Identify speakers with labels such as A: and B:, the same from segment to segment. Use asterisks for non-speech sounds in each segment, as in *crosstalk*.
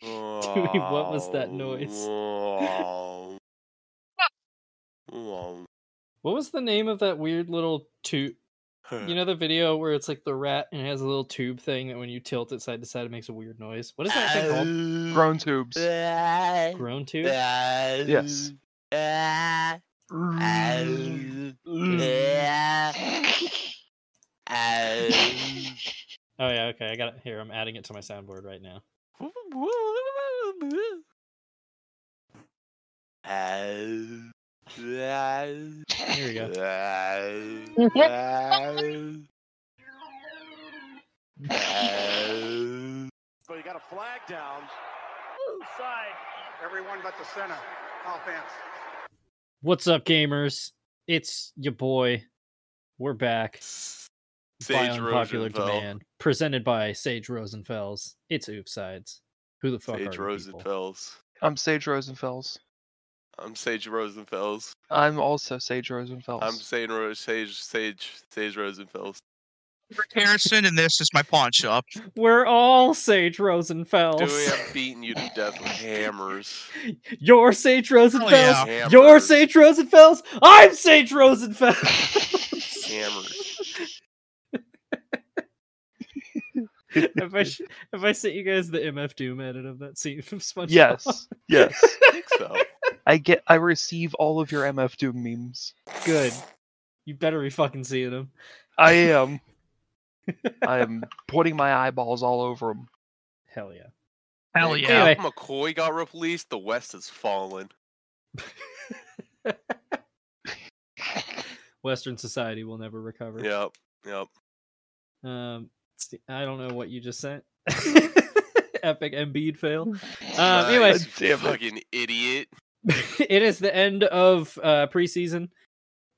A: Dewey, what was that noise? What was the name of that weird little tube?
B: Mm.
A: You know the video where it's like the rat and it has a little tube thing that when you tilt it side to side it makes a weird noise. What is that thing called?
B: Mm.
C: Grown *laughs* tubes.
B: Uh,
A: Grown tube?
C: Yes.
B: Yes.
A: Oh yeah, okay, I got it here. I'm adding it to my soundboard right now. *laughs* Here
B: *laughs*
A: we go.
D: So you got a flag down. Side. Everyone but the center. Offense.
A: What's up, gamers? It's your boy. We're back. by
B: Sage
A: unpopular
B: Rosenfeld.
A: demand, presented by Sage Rosenfels. It's Oopsides. Who the fuck are
B: Sage
A: you people?
B: Rosenfels.
C: I'm Sage Rosenfels.
B: I'm Sage Rosenfels.
C: I'm also Sage Rosenfels.
B: I'm *laughs* Sage Ro- Sage Sage Sage Rosenfels.
E: Harrison, and this is my pawn shop.
A: We're all Sage
B: Dewey,
A: Rosenfels.
B: I'm beating you to death with hammers.
A: You're Sage Rosenfels.
E: yeah.
B: Hammers.
A: You're Sage Rosenfels. I'm
B: *laughs*
A: Sage Rosenfels.
B: Hammers.
A: if I sh- if I sent you guys the MF Doom edit of that scene from SpongeBob,
C: Yes. Yes.
B: I think so.
C: I get. I receive all of your MF Doom memes.
A: *laughs* good. You better be fucking seeing them.
C: I am. I am putting my eyeballs all over them.
A: Hell yeah.
E: Hell
B: Hey,
E: yeah.
A: Anyway.
B: Cal McCoy got released. The West has fallen.
A: Western society will never recover.
B: Yep. Yep.
A: Um, st- I don't know what you just sent. *laughs* Epic Embiid fail. *laughs* Um, anyway,
B: Nice,
A: *laughs*
C: Damn it.
B: fucking idiot.
A: it is the end of uh, preseason.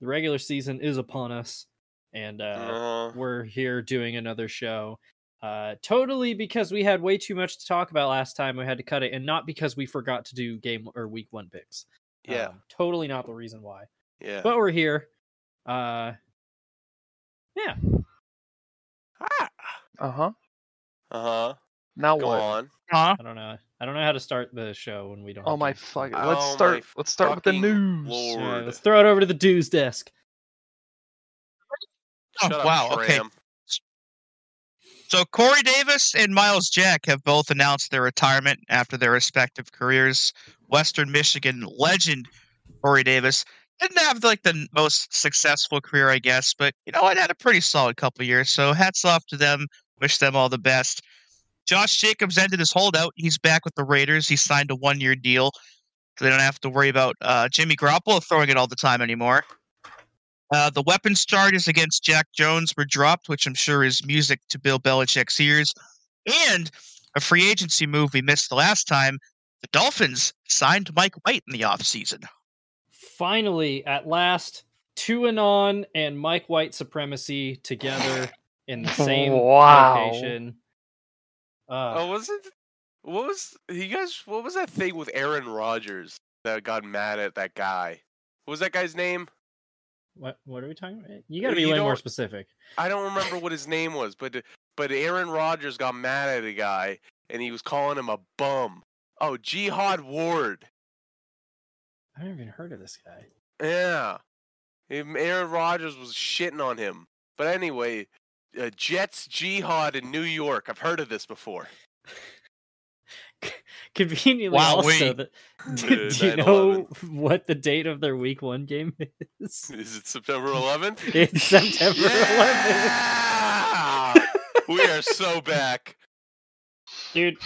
A: The regular season is upon us, and uh,
B: Uh,
A: *laughs* we're here doing another show. Uh, totally because we had way too much to talk about last time. We had to cut it, and not because we forgot to do game or week one picks.
B: yeah.
A: Um, totally not the reason why.
B: yeah.
A: But we're here. Uh,
C: Uh huh.
B: Uh huh.
E: Oh,
C: Now
B: Go
C: what?
B: on.
E: Huh?
A: I don't know. I don't know how to start the show when we don't.
C: Oh
A: have
C: my
A: games.
C: fuck!
B: Oh
C: Let's
B: my
C: start. Let's start with the
B: fucking
C: news.
A: All
B: lord.
A: right,
B: Lord.
A: let's throw it over to the dues desk.
E: Oh,
B: Shut up,
E: wow, okay.
B: Tram.
E: So Corey Davis and Miles Jack have both announced their retirement after their respective careers. Western Michigan legend Corey Davis didn't have like the most successful career, I guess, but you know, it had a pretty solid couple years. So hats off to them. Wish them all the best. Josh Jacobs ended his holdout. He's back with the Raiders. He signed a one-year deal. So they don't have to worry about uh, Jimmy Garoppolo throwing it all the time anymore. Uh, the weapons charges against Jack Jones were dropped, which I'm sure is music to Bill Belichick's ears. And a free agency move we missed the last time the Dolphins signed Mike White in the offseason.
A: Finally, at last, two anon and Mike White supremacy together in the same
C: *laughs* Wow.
A: location. Uh,
B: Oh, wasn't what was you guys? What was that thing with Aaron Rodgers that got mad at that guy? What was that guy's name?
A: what what are we talking about? You got to be
B: You
A: way more
B: don't-
A: specific.
B: I don't remember what his name was, but but Aaron Rodgers got mad at a guy and he was calling him a bum. Oh, Jihad Ward.
A: I've never even heard of this guy. *laughs*
B: Yeah, Him- Aaron Rodgers was shitting on him. But anyway, uh, Jets Jihad in New York. I've heard of this before.
A: Conveniently,
E: Wow,
A: also, *laughs*
E: wait.
A: that, *laughs* do,
B: Uh,
A: do you
B: 9/11.
A: know what the date of their Week One game *laughs*
B: *laughs*
A: is?
B: Is it September 11th?
A: It's
C: *laughs*
A: September 11th.
B: Yeah! we are so back.
A: dude.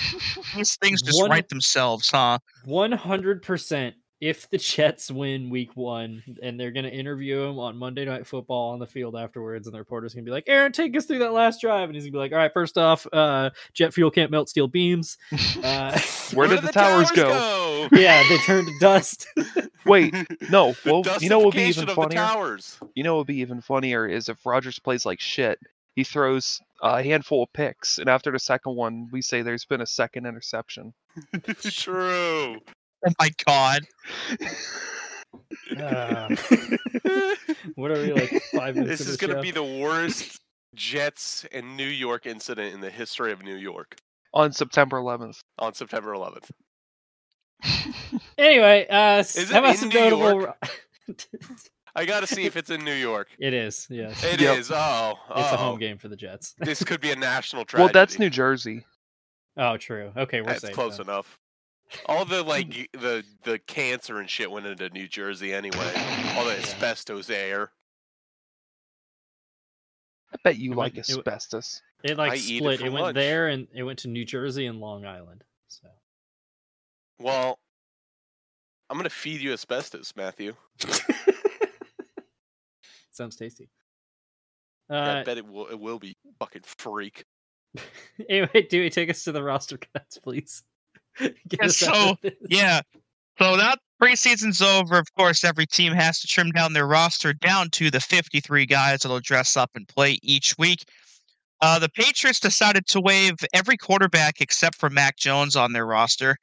E: These things just
A: One-
E: write themselves, huh?
A: One hundred percent. If the Jets win Week One and they're going to interview him on Monday Night Football on the field afterwards, and the reporter's going to be like, "Aaron, take us through that last drive," and he's going to be like, "All right, first off, uh, jet fuel can't melt steel beams." Uh,
C: *laughs*
A: *laughs*
C: Where did the towers go?
A: yeah, they turn to
B: *laughs*
A: dust.
C: *laughs* Wait, no.
B: The
C: Well, you know what would be
B: dustification
C: even
B: of the
C: funnier.
B: towers. *laughs*
C: You know what would be even funnier is if Rogers plays like shit. He throws a handful of picks, and after the second one, we say there's been a *laughs* second interception.
B: True.
E: Oh my God.
A: Ah, *laughs* what are we like five minutes?
B: this is
A: going
B: going to be the worst Jets and New York incident in the history of New York
C: on September 11th.
B: on September 11th.
A: Anyway, uh, s-
B: Is
A: how
B: it
A: about
B: in
A: some
B: New
A: notable?
B: York? I got to see if it's in New York.
A: *laughs* it is. Yes,
B: It is.
C: *laughs* Yep.
B: Oh, oh.
A: it's a home game for the Jets.
B: This could be a national tragedy.
C: Well, that's New Jersey.
A: Oh, true. Okay, we're
B: That's
A: safe.
B: close
A: then.
B: enough. All the
A: *laughs*
B: like y- the the cancer and shit went into New Jersey anyway. All the
A: Yeah.
B: asbestos air.
C: I bet you
A: It
C: like
A: went- it went-
C: asbestos.
A: It like
B: I eat it
A: split.
B: for
A: It, went
B: lunch.
A: there and it went to New Jersey and Long Island.
B: *laughs*
A: So
B: Well, I'm gonna feed you asbestos, Matthew.
A: sounds tasty.
B: I
A: Uh,
B: bet it will. It will be fucking freak.
A: *laughs* anyway, do we take us to the roster cuts, please? *laughs* Get
E: Yeah,
A: us out of this.
E: Yeah. So now preseason's over. Of course, every team has to trim down their roster down to the 53 guys that'll dress up and play each week. Uh, the Patriots decided to waive every quarterback except for Mac Jones on their roster,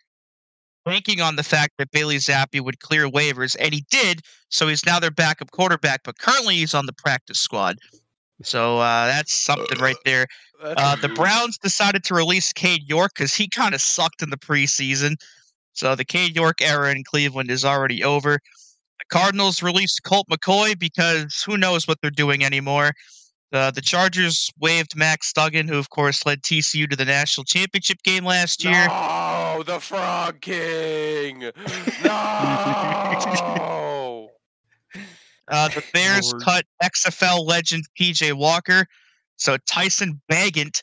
E: banking on the fact that Bailey Zappi would clear waivers, and he did. So he's now their backup quarterback, but currently he's on the practice squad. So uh, that's something right there.
B: That's
E: Uh,
B: a
E: the
B: *laughs* move.
E: Browns decided to release Cade York because he kind of sucked in the preseason. So the Cade York era in Cleveland is already over. The Cardinals released Colt McCoy because who knows what they're doing anymore. Uh, the Chargers waived Max Duggan, who of course led TCU to the national championship game last year.
B: No, the Frog King.
A: *laughs*
B: No.
E: Uh, the Bears
A: Lord.
E: cut XFL legend PJ Walker. So Tyson Bagant,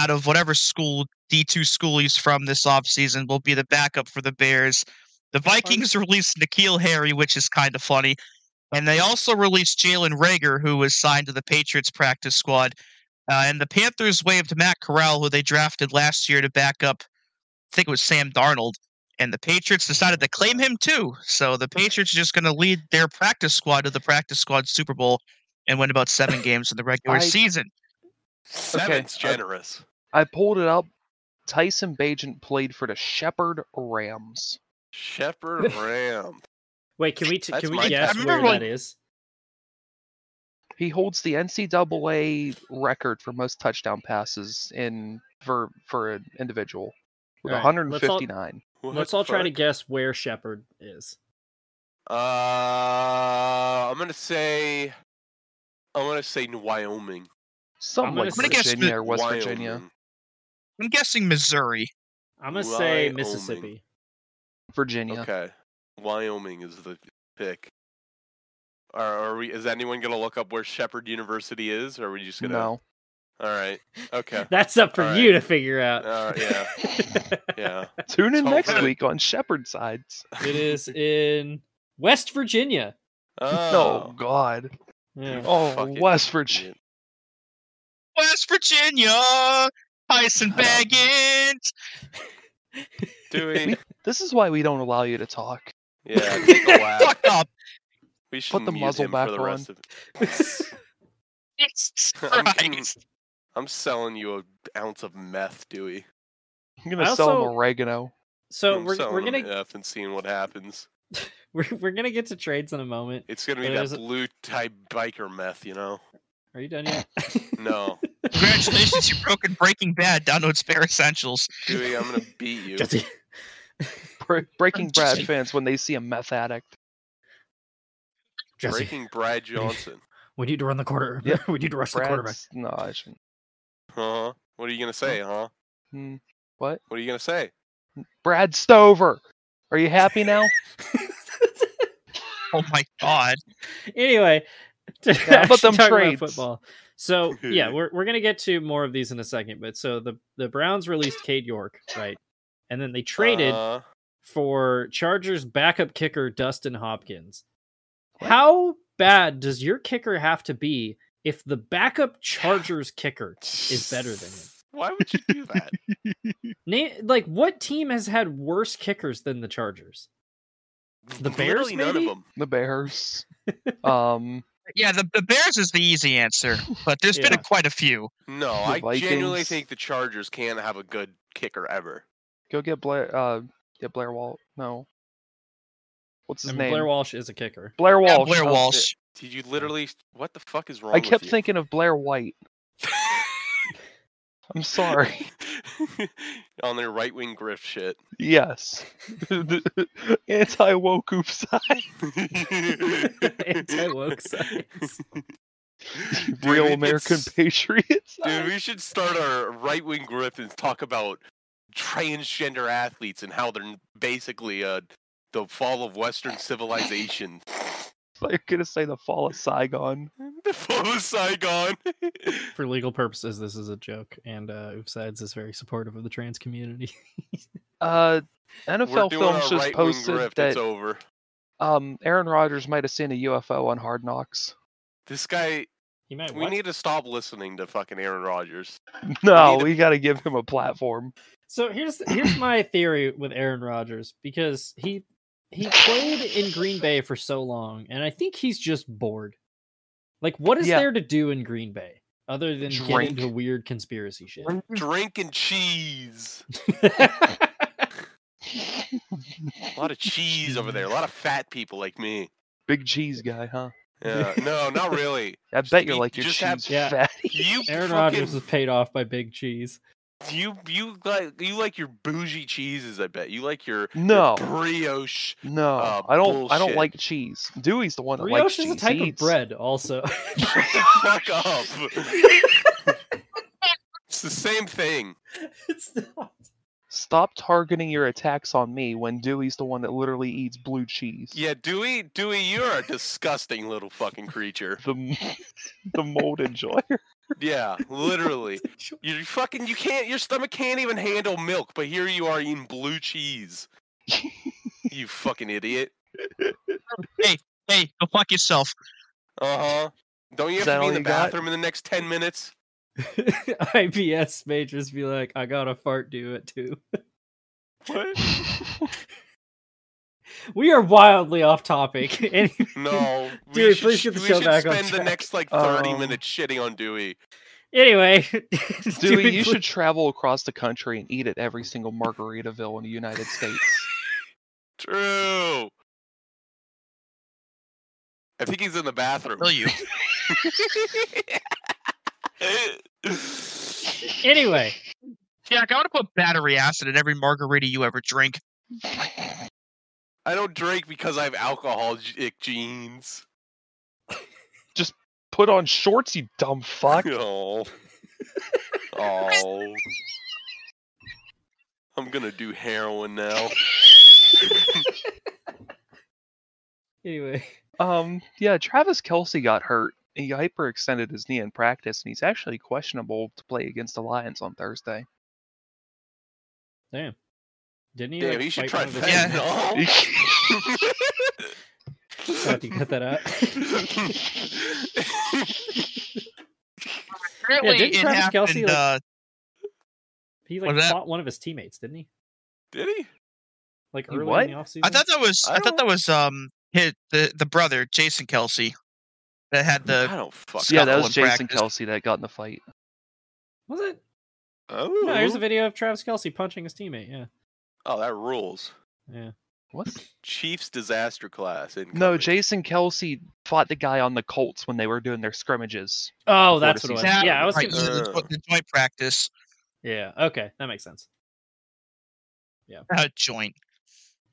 E: out of whatever school D2 school he's from this offseason, will be the backup for the Bears. The Vikings released Nikhil Harry, which is kind of funny. And they also released Jalen Rager, who was signed to the Patriots practice squad. Uh, and the Panthers waived Matt Corral, who they drafted last year to back up, I think it was Sam Darnold. And the Patriots decided to claim him too. So the Patriots are just going to lead their practice squad to the practice squad Super Bowl and win about seven games in the regular
C: I-
E: season.
B: Seven's
C: uh,
B: generous.
C: I pulled it up. Tyson Bajent played for the Shepherd Rams.
B: Shepherd Ram.
A: Wait, can we t-
B: That's
A: can
B: my
A: we
B: bad. I
A: guess where
E: remember when-
A: that is?
C: He holds the NCAA record for most touchdown passes in for for an individual with
A: All right, let's all-
C: 159.
B: What
A: *laughs* Let's
B: the
A: all try to
B: fuck?
A: guess where Shepard is.
B: Uh, I'm gonna say. I'm gonna say Wyoming.
C: Some
A: I'm gonna
C: like
A: say- I'm gonna
E: guess
C: Virginia or West
B: Wyoming.
C: Virginia.
E: I'm guessing Missouri.
A: I'm gonna say
B: Wyoming.
A: Mississippi.
C: Virginia.
B: Okay, Wyoming is the pick. Are, are we? Is anyone gonna look up where Shepherd University is? Or are we just gonna?
C: No.
B: All right.
A: *laughs*
B: Okay.
A: That's up for
B: All
A: you to figure out.
B: Uh, yeah.
A: *laughs*
B: Yeah.
C: Tune in
B: So
C: next
B: good.
C: week on Shepherd Sides. *laughs*
A: it is in West Virginia.
C: Oh,
B: *laughs* Oh.
C: God.
A: Yeah.
C: Oh,
B: fucking
C: West Virginia.
B: shit.
E: West Virginia,
C: *laughs*
E: Tyson
C: Shut up.
E: Baggins.
C: *laughs*
B: Do we?
C: This is why we don't allow you to talk.
B: Yeah. Take a whack.
E: Fuck
C: *laughs*
E: up.
B: We should
C: the
B: mute
C: muzzle
B: him
C: back
B: for the
C: on.
B: rest of.
E: Jesus
B: I'm con-
E: Christ.
B: I'm selling you an ounce of meth, Dewey.
C: I'm gonna
A: I
C: sell him
A: also-
C: oregano.
A: *laughs* So
B: I'm
A: we're,
B: selling
A: we're
B: him
A: gonna
B: meth and seeing what happens.
A: *laughs* we're, we're gonna get to trades in a moment.
B: It's gonna be
A: But
B: that
A: there's a-
B: blue type biker meth, you know?
A: Are you done yet?
B: *laughs*
A: *laughs*
B: No,
E: Congratulations, you've broken Breaking Bad down to its bare essentials.
B: Dewey, I'm
A: *laughs*
B: gonna beat you.
A: Jesse.
C: Bre- Breaking Brad
E: Jesse.
C: fans when they see a meth addict.
A: Jesse,
B: Breaking
C: *laughs*
B: Brad Johnson.
A: we need to run the quarter. *laughs*
C: Yep.
A: we need to rush the quarterback.
C: Brad's no, I shouldn't.
B: Huh? Uh-huh. What are you gonna say, huh?
C: Hmm.
B: What are you gonna say?
C: Brad Stover. Are you happy now?
E: Oh my god.
A: anyway, *laughs* to
C: how about
A: actually
C: them
A: talk
C: trades?
A: football.
B: *laughs*
A: So yeah, we're we're gonna get to more of these in a second. But so the the Browns released Cade York, right? And then they traded
B: Uh,
A: for Chargers backup kicker Dustin Hopkins. How bad does your kicker have to be if the
C: *sighs*
A: backup Chargers kicker is better than him?
B: *laughs* Why would you do that?
A: Name, like what team has had worse kickers than the Chargers? *laughs* The Bears,
B: Literally none
A: maybe?
B: of them.
C: The Bears. um
E: Yeah, the, the Bears is the easy answer, but there's been
A: Yeah.
E: a, quite a few.
B: No,
C: The
B: I genuinely
C: Vikings.
B: think the Chargers can't have a good kicker ever.
C: go get Blair uh get Blair Wall. No. What's his
A: I mean,
C: name?
A: Blair Walsh is a
C: *laughs*
A: kicker. *laughs*
C: Blair
E: Yeah,
C: Walsh.
E: Blair
C: that's it.
E: Walsh.
B: Did you literally? What the fuck is wrong?
C: I
B: with
C: kept
B: you? *laughs*
C: thinking of Blair White. I'm sorry.
B: *laughs* on their right wing grift
A: *laughs*
B: shit.
C: Yes. *laughs* Anti woke
B: *laughs*
C: side.
A: Anti-woke science.
B: *laughs* Dude, we
C: Real
B: could *laughs*
C: American
B: s-
C: patriots.
B: Dude, we should start our right wing grift and talk about transgender athletes and how they're n- basically uh, the fall of Western
C: *laughs*
B: civilization. *laughs*
C: They're gonna say the fall of Saigon.
B: the fall of Saigon.
A: For legal purposes, this is a joke, and uh, Oofsides is very supportive of the trans community. *laughs*
C: Uh,
B: We're
C: NFL
B: doing
C: Films
B: our
C: just
B: right wing
C: posted
B: grift. It's
C: that
B: over.
C: um, Aaron Rodgers might have seen a UFO on Hard Knocks. *laughs*
B: This guy.
A: You might
B: We need to stop listening to fucking Aaron Rodgers.
C: *laughs* No,
B: need to-
C: we gotta give him
B: *laughs*
C: a platform. *laughs*
A: So here's here's my theory with Aaron Rodgers because he he played in Green Bay for so long, and I think he's just bored. Like, what is
C: Yeah.
A: there to do in Green Bay other than get
C: Drink.
A: into weird conspiracy shit?
B: Drink and cheese. A lot of cheese over there. A lot of fat people like
C: *laughs*
B: me.
C: Big cheese guy, huh?
B: Yeah. No, not really.
C: I bet you're
B: eat-
C: like your cheese
B: just have-
A: Yeah.
C: fatty. *laughs*
B: You
A: *laughs* Aaron
B: fucking,
A: Rodgers was paid off by Big Cheese.
B: You you like you like your bougie cheeses. I bet you like your your
C: No.
B: brioche.
C: No,
B: Uh,
C: I don't. I don't
B: bullshit.
C: like cheese. Dewey's the one that likes
A: Brioche
C: cheese.
A: is a type
C: He
A: of
C: eats-
A: bread, also. *laughs*
B: Shut the fuck up. it's the same thing.
A: it's not.
C: Stop targeting your attacks on me when Dewey's the one that literally eats blue cheese.
B: Yeah, Dewey Dewey, you're a disgusting little fucking creature.
C: The m- *laughs* the mold enjoyer.
B: Yeah,
A: *laughs*
B: literally. You fucking you can't your stomach can't even handle milk, but here you are eating blue cheese.
C: *laughs*
B: You fucking idiot.
E: Hey, go fuck yourself.
B: Uh-huh. Don't you
C: Is
B: have
C: that
B: to be
C: all
B: in the
C: you got?
B: bathroom in the next ten minutes?
A: IBS may just be like, I got a fart due at two.
C: *laughs*
B: What?
A: We are wildly off topic. *laughs* Any- *laughs*
B: No. we
A: Dewey,
B: should
A: please
B: sh-
A: get the
B: we
A: show
B: should
A: back on
B: spend the
A: track.
B: next like thirty
C: Um,
B: minutes shitting on Dewey.
A: anyway, *laughs*
C: Dewey,
A: Dewey
C: you
A: Blue-
C: should travel across the country and eat at every single Margaritaville in the United States.
B: True. I think he's in the bathroom.
E: Kill you.
A: Anyway,
E: Jack, I want to put battery acid in every margarita you ever drink.
B: *laughs* I don't drink because I have alcoholic genes.
C: Put on shorts, you dumb fuck.
B: *laughs* Oh. oh. I'm gonna do heroin now.
A: anyway,
C: Um, yeah, Travis Kelsey got hurt. He hyperextended his knee in practice, and he's actually questionable to play against the Lions on Thursday.
A: didn't he?
B: Damn,
A: like,
B: he should
A: fight
B: try
A: one of his-
E: Yeah. *laughs*
B: fentanyl. *laughs*
A: Sorry, you cut that out.
E: Apparently,
A: didn't
E: it
A: Travis
E: happened.
A: Kelce, like-
E: uh,
A: He like
E: Was that-
A: fought one of his teammates, didn't he?
B: Did he?
A: Like
C: He
A: early
C: what?
A: in the offseason.
E: I thought that was.
B: I
E: I, thought that was um hit the the brother Jason Kelsey that had
B: I
E: the.
B: don't fucking.
C: yeah, that
E: Scuttle
C: was
E: in
C: Jason
E: practice.
C: Kelsey that got in the fight.
A: was it.
B: Oh,
A: No, here's a video of Travis Kelsey punching his teammate. Yeah,
B: oh, that rules.
A: yeah.
C: What?
B: Chiefs disaster class.
C: No,
B: incoming.
C: Jason Kelsey fought the guy on the Colts when they were doing their scrimmages.
A: Oh,
C: Before
A: that's
C: the
A: what it was.
C: season.
A: Yeah, I was.
E: right,
A: confused.
E: so that's what the joint practice.
A: Yeah. Okay, that makes sense.
E: Uh, joint.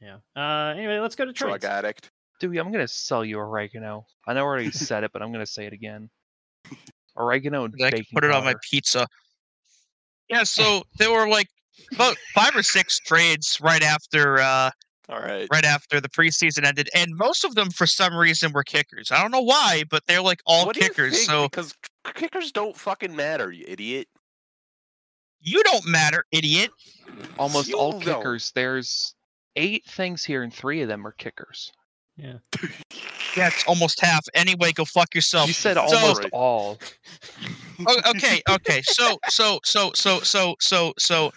A: Yeah. Uh. Anyway, let's go to
B: drug
A: *laughs* trades.
B: addict.
C: Dewey, I'm gonna sell you oregano. I know I
E: *laughs*
C: already said it, but I'm gonna say it again. Oregano and
E: that I could
C: baking
E: put it on my
C: powder.
E: pizza.
A: *laughs*
E: Yeah, so there were like about five or six trades right after uh,
B: All right.
E: right after the preseason ended, and most of them for some reason were kickers. I don't know why, but they're like all
B: What do you
E: kickers.
B: think?
E: So
B: because k- kickers don't fucking matter, you idiot.
E: you don't matter, idiot.
C: Almost all
B: Fuel, though.
C: kickers. There's eight things here, and three of them are kickers.
E: Yeah, it's almost half. Anyway, go fuck yourself.
C: you said
B: so-
C: almost
B: Right.
C: all.
E: O- okay, okay. So, so, so, so, so, so, so,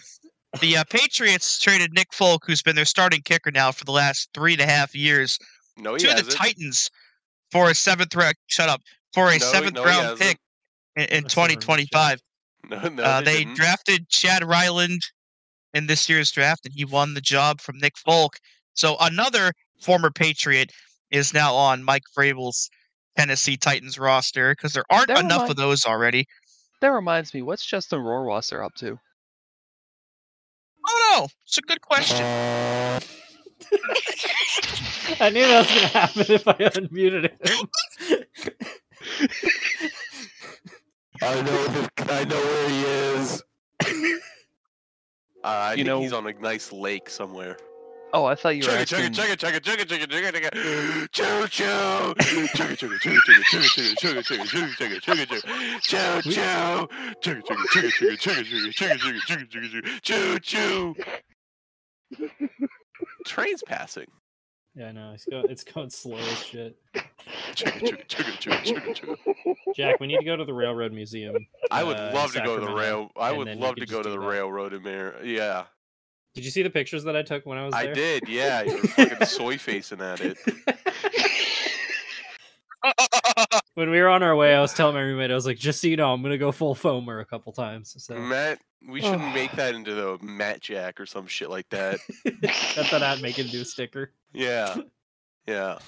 E: the uh, Patriots traded Nick Folk, who's been their starting kicker now for the last three and a half years,
B: No, Oh, he
E: to the
B: hasn't.
E: Titans for a seventh round. Shut up. For a
B: No, he-
E: seventh
B: no, he
E: round
B: hasn't.
E: pick in, in
A: That's never been
E: 2025.
B: No, no,
E: uh,
B: they,
E: they
B: didn't.
E: drafted Chad Ryland in this year's draft, and he won the job from Nick Folk. So another former Patriot, is now on Mike Vrabel's Tennessee Titans roster because there aren't
C: Never
E: enough
C: mind.
E: of those already.
C: That reminds me, what's Justin Rohrwasser up to?
E: Oh no, it's a good question. Uh,
A: I knew that was gonna happen if I unmuted it. *laughs*
B: I know. The, I know where he *laughs* is. I Uh,
C: You
B: think
C: know-
B: he's on a nice lake somewhere.
C: Oh, I thought you were
B: Chugga
C: asking.
B: chugga chugga chugga chugga chugga chugga chugga choo choo chugga chugga chugga chugga chugga chugga chugga chugga chugga chugga chugga chugga choo choo chugga chugga chugga chugga chugga chugga chugga chugga chugga chugga choo choo. Train's passing.
A: yeah, I know. It's going, it's going slow as shit.
B: Chugga chugga chugga chugga chugga chugga.
A: Jack, we need to go to the Railroad Museum.
B: I would
A: uh,
B: love to go to the
A: Sacramento,
B: rail. I
A: and
B: would
A: then we
B: love
A: could
B: to
A: just
B: go to
A: do
B: the
A: that.
B: railroad in there. Yeah,
A: Did you see the pictures that I took when I was
B: I
A: there?
B: did.
A: *laughs*
B: Yeah, you're fucking soy facing at it.
E: uh,
A: When we were on our way, I was telling my roommate, I was like, just so you know, I'm gonna go full foamer a couple times. *laughs* So
B: Matt, we should
A: *sighs*
B: make that into the Matt Jack or some shit like that.
A: *laughs* I thought I'd make it into a sticker. *laughs*
B: Yeah, yeah.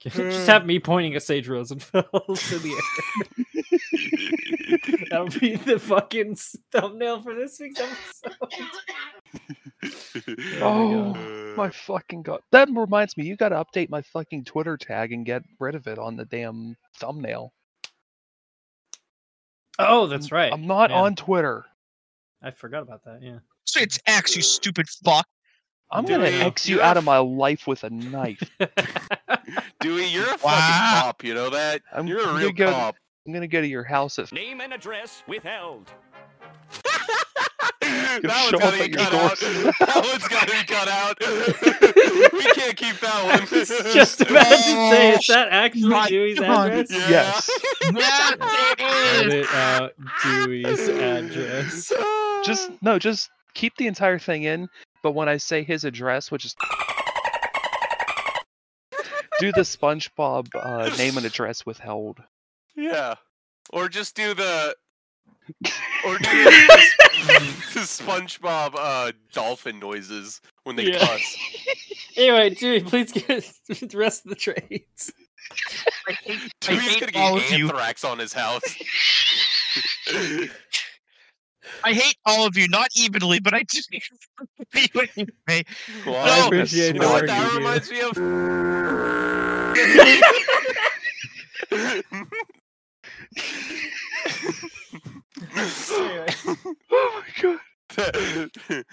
A: just have me pointing at Sage Rosenfels *laughs* in the air. *laughs* That'll be the fucking s- thumbnail for this week's episode.
E: *laughs*
C: Oh,
A: God.
E: Uh,
C: my fucking god. That reminds me, you gotta update my fucking Twitter tag and get rid of it on the damn thumbnail.
A: Oh, that's right.
C: I'm not
A: man.
C: on Twitter.
A: I forgot about that. *laughs* Yeah.
E: so it's X, you
B: *laughs*
E: stupid fuck. *laughs*
C: I'm
A: Dude,
C: gonna
A: you-
C: X you
B: you're
C: out
B: a
C: of my life with a knife.
B: *laughs* Dewey, you're a fucking
E: Wow.
B: cop. You know that?
C: I'm
B: you're a
C: gonna
B: real
C: go-
B: cop. *laughs*
C: I'm gonna go to your house at
F: Name and address withheld.
B: that one's
C: show up
B: gotta be
C: at your
B: cut out. *laughs*
C: doorstep.
B: That one's gotta be cut out. *laughs* we can't keep
A: I
C: *laughs*
B: that *laughs*
A: was
B: one.
A: just about to say, is
E: Oh,
A: that actually
E: my
A: Dewey's
E: God.
A: address?
B: Yeah.
C: Yes.
E: Yes, it is.
A: Edit out Dewey's address.
C: just no, just keep the entire thing in, but when I say his address, which *laughs* is do the SpongeBob uh, name *laughs* and address withheld.
B: Yeah. Or just do
C: *laughs*
B: the. Or do the, the SpongeBob uh, dolphin noises when they
A: Yeah.
B: cuss.
A: Anyway, Dewey, please get the rest of the trades.
E: I hate- I
B: Dewey's
E: hate
B: gonna
E: all
B: get
E: of you.
B: anthrax on his
C: *laughs*
B: house. *laughs*
E: I hate all of you, not evenly, but I do. *laughs*
B: Well,
E: No,
A: I appreciate
C: you
B: You
C: know
B: know what
A: the work
B: that
A: you
B: reminds me of?
A: do. Anyway.
C: Oh my god.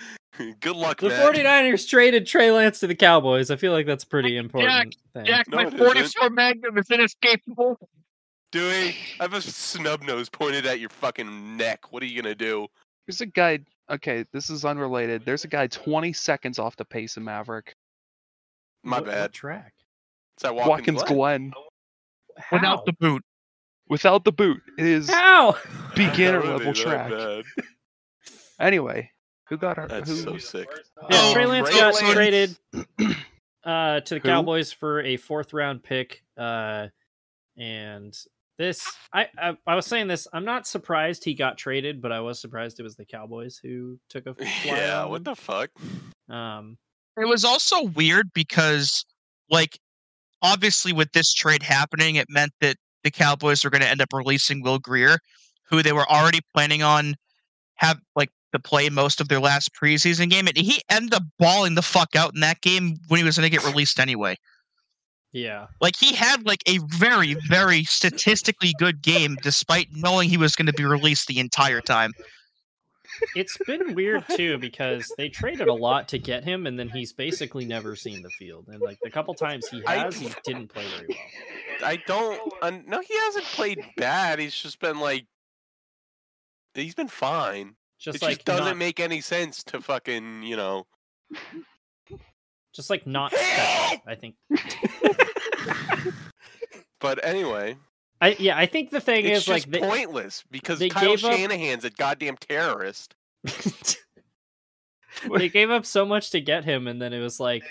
B: Good luck,
A: The
B: Matt.
A: 49ers traded Trey Lance to the Cowboys. I feel like that's a pretty important. thing.
E: Jack,
B: No,
E: my
B: it isn't.
E: 44 Magnum is inescapable.
B: Dewey, I have a snub nose pointed at your fucking neck. What are you gonna do?
C: There's a guy. Okay, this is unrelated. There's a guy 20 seconds off the pace of Maverick.
B: My
A: What- what
B: bad.
A: track.
B: Is that Watkins,
C: Watkins Glen.
B: Glen?
A: How?
E: Without the boot.
C: Without the boot, it is *laughs*
A: How?
C: beginner
B: That would be
C: level
B: that
C: track.
B: bad.
C: Anyway, who got our?
B: That's
C: who,
B: so sick.
A: Yeah,
E: Oh,
A: Trey Lance
B: Trey
A: got
B: Lance. *clears throat*
A: traded uh, to the
C: Who?
A: Cowboys for a fourth round pick. Uh, and this, I, I, I was saying this. I'm not surprised he got traded, but I was surprised it was the Cowboys who took
B: *laughs*
A: a flyer
B: Yeah,
A: on
B: what
A: him.
B: the fuck?
A: Um,
E: It was also weird because, like, obviously with this trade happening, it meant that the Cowboys were going to end up releasing Will Greer, who they were already planning on have like to play most of their last preseason game, and he ended up balling the fuck out in that game when he was going to get released anyway.
A: yeah,
E: Like he had like a very, very statistically good game, despite knowing he was going to be released the entire time.
A: it's been weird too because they traded a lot to get him, and then he's basically never seen the field. And *laughs* like the couple times he
B: I-
A: has, he didn't play very well.
B: I don't. un no, he hasn't played bad. He's just been like, he's been fine.
A: Just
B: it
A: like
B: just doesn't
A: not-
B: make any sense to fucking you know.
A: just like not special. I think.
B: But anyway,
A: I yeah, I think the thing
B: it's
A: is
B: just
A: like they, *laughs*
B: pointless because
A: they
B: Kyle
A: gave up-
B: Shanahan's a goddamn terrorist.
A: they gave up so much to get him, and then it was like,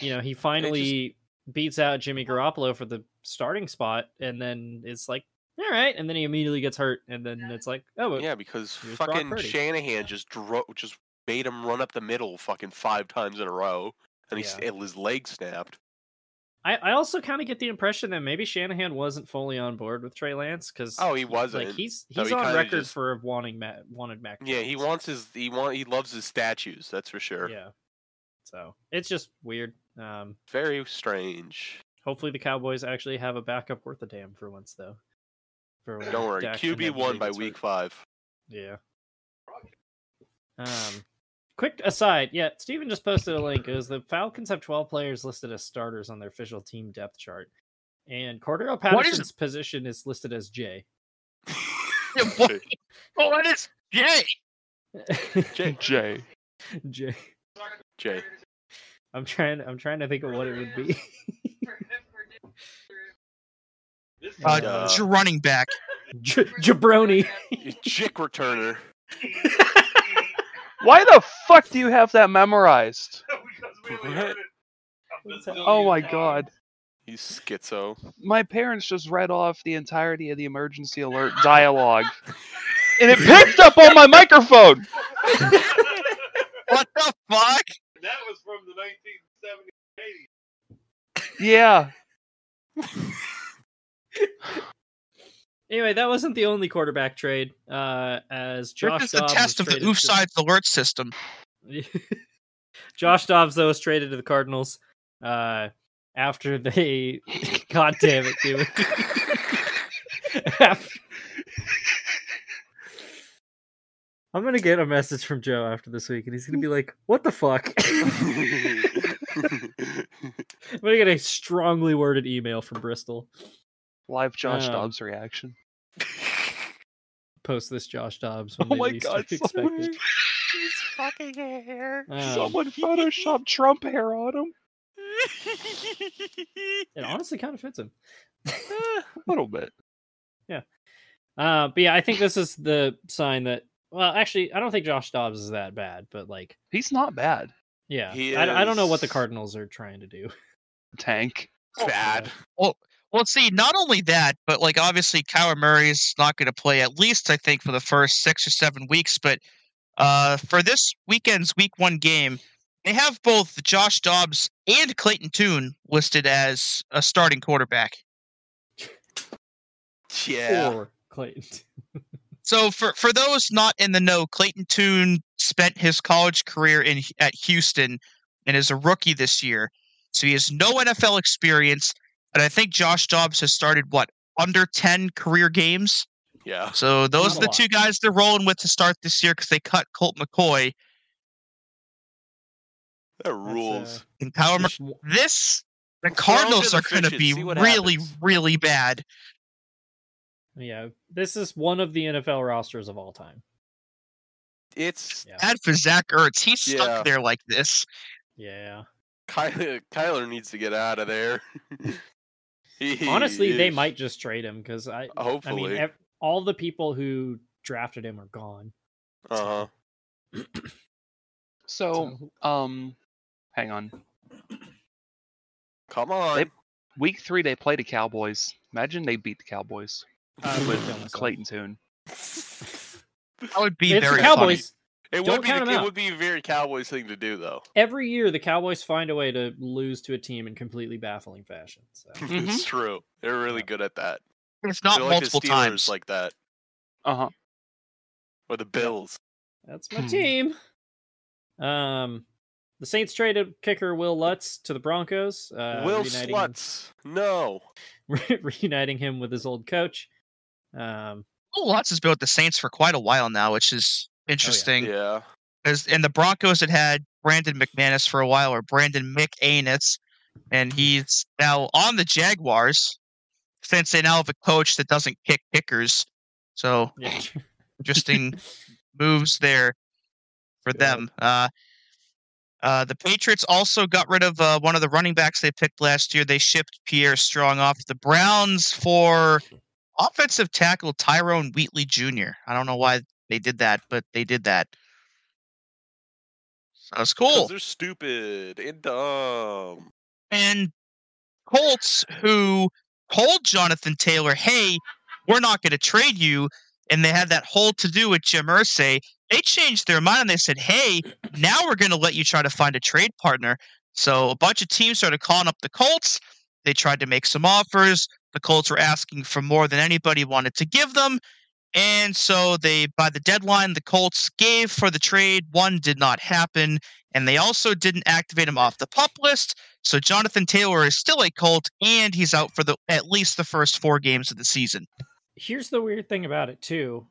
A: you know, he finally beats out Jimmy Garoppolo for the starting spot, and then it's like, all right, and then he immediately gets hurt, and then it's like, oh, but
B: Yeah, because
A: here's Brock
B: fucking
A: Purdy.
B: Shanahan just dro- just made him run up the middle fucking five times in a row, and, he, and his leg snapped.
A: I, I also kind of get the impression that maybe Shanahan wasn't fully on board with Trey Lance because
B: Oh, he wasn't.
A: like he's
B: So
A: he's
B: he
A: on
B: kinda
A: record
B: just-
A: for wanting Matt wanted Mac.
B: yeah, he
A: Jones.
B: wants his he want he loves his statues. That's for sure.
A: Yeah, so it's just weird. Um,
B: Very
A: *sighs*
B: strange.
A: hopefully the Cowboys actually have a backup worth a damn for once though. For when
B: Don't worry.
A: Dak
B: QB
A: and everybody
B: one by
A: gets
B: week
A: hurt.
B: five.
A: *laughs*
B: *laughs*
A: Yeah. Um, quick aside. Yeah, Steven just posted a link. It was the Falcons have 12 players listed as starters on their official team depth chart. And Cordero
E: What is-
A: Patterson's position is listed as J.
E: Yeah, what- what is Jay?
B: Jay.
C: Jay.
A: J. *laughs*
B: Jay.
A: I'm trying I'm trying to think of what it would be.
E: Uh,
B: Uh,
E: it's your running back.
A: J- jabroni.
B: Chick returner.
C: Why the fuck do you have that memorized? Oh my god.
B: He's schizo.
C: My parents just read off the entirety of the emergency alert dialogue. And it picked up on my microphone.
E: What the fuck?
G: That was from the 1970s.
C: Yeah.
A: Anyway, that wasn't the only quarterback trade. Uh, as Josh
E: this is the
A: Dobbs
E: test of
A: was
E: the
A: traded to-
E: offsides alert system.
A: *laughs* Josh Dobbs though was traded to the Cardinals uh, after they. *laughs* God damn it, dude! *laughs* After- I'm gonna get a message from Joe after this week, and he's gonna be like, "What the
C: *laughs*
A: fuck?" I'm gonna get a strongly worded email from Bristol.
C: Live Josh
A: Um,
C: Dobbs reaction.
A: Post this, Josh Dobbs. When
C: Oh
A: they
C: my
A: least *laughs*
C: god,
A: expect
C: someone,
A: it. Um,
C: someone photoshopped Trump hair on him.
A: it honestly kind of fits him. *laughs*
C: A little bit.
A: Uh, but yeah, I think this is the sign that. Well, actually, I don't think Josh Dobbs is that bad, but like,
C: He's not bad.
A: yeah,
B: He
A: I, I don't know what the
B: is-
A: Cardinals are trying to do.
C: Tank.
A: Oh.
B: Bad.
E: Well, see, not only that, but like obviously, Kyler Murray's not going to play at least I think for the first six or seven weeks. But uh, for this weekend's Week One game, they have both Josh Dobbs and Clayton Toon listed as a starting quarterback.
B: *laughs* Yeah.
A: Or Clayton.
E: So for for those not in the know, Clayton Toon spent his college career in H- at Houston and is a rookie this year. So he has no NFL experience, and I think Josh Dobbs has started what under ten career games.
B: Yeah. *laughs*
E: So
A: not
E: those are
A: a
E: the
A: lot.
E: two guys they're rolling with to start this year because they cut Colt McCoy
B: That
A: That's,
B: rules.
E: and Kyler. Murray.
A: uh, just-
E: This
B: Throw
E: the
B: 'em to
E: Cardinals
B: the
E: are going to
B: fishes,
E: be
B: see what
E: really,
B: happens.
E: really bad.
A: yeah, this is one of the NFL rosters of all time.
B: It's
A: Yeah.
E: Bad for Zach Ertz. He's stuck
B: Yeah.
E: there like this.
A: Yeah.
B: Kyler, Kyler needs to get out of there. *laughs* He
A: Honestly, they
B: is-
A: might just trade him because I. I mean,
B: Hopefully.
A: ev- all the people who drafted him are gone.
B: Uh-huh. Oh,
C: So,
A: So-
C: um, hang on.
B: Come on.
C: They- Week three, they play the Cowboys. Imagine they beat the Cowboys
A: I would kill myself.
C: with Clayton Toon.
E: That would be
A: It's
E: very
A: the
E: funny.
A: Cowboys.
B: *laughs* It
A: Don't
B: would be
A: count 'em
B: the, it
A: out.
B: would be a very Cowboys thing to do though. *laughs*
A: Every year, the Cowboys find a way to lose to a team in completely baffling fashion. So.
B: it's true. They're really
A: Mm-hmm. Yeah.
B: good at that.
E: If not
B: They're like
E: multiple
B: the Steelers
E: times.
B: like that
C: Uh huh.
B: or the Bills.
A: That's my
C: Hmm.
A: team. Um, the Saints traded kicker Will Lutz to the Broncos. Uh,
B: Will
A: reuniting,
B: Slutz. No.
A: *laughs* reuniting him with his old coach. Um,
E: Will Lutz has been with the Saints for quite a while now, which is interesting.
B: Oh, Yeah.
E: 'Cause- And the Broncos had had Brandon McManus for a while, or Brandon McAnitz, and he's now on the Jaguars since they now have a coach that doesn't kick kickers. So
B: *laughs*
A: yeah,
E: interesting moves there for
A: Yeah.
E: them. Uh, uh, the Patriots also got rid of uh, one of the running backs they picked last year. They shipped Pierre Strong off to the Browns for offensive tackle Tyrone Wheatley Jr. I don't know why they did that, but they did that. So that's
B: 'Cause
E: cool.
B: They're stupid and dumb.
E: And Colts, who told Jonathan Taylor, hey, we're not going to trade you. And they had that whole to do with Jim Irsay. They changed their mind and they said, hey, now we're going to let you try to find a trade partner. So a bunch of teams started calling up the Colts. They tried to make some offers. The Colts were asking for more than anybody wanted to give them. And so they by the deadline the Colts gave for the trade, one did not happen, and they also didn't activate him off the pup list. So Jonathan Taylor is still a Colt and he's out for the at least the first 4 games of the season.
A: here's the weird thing about it too.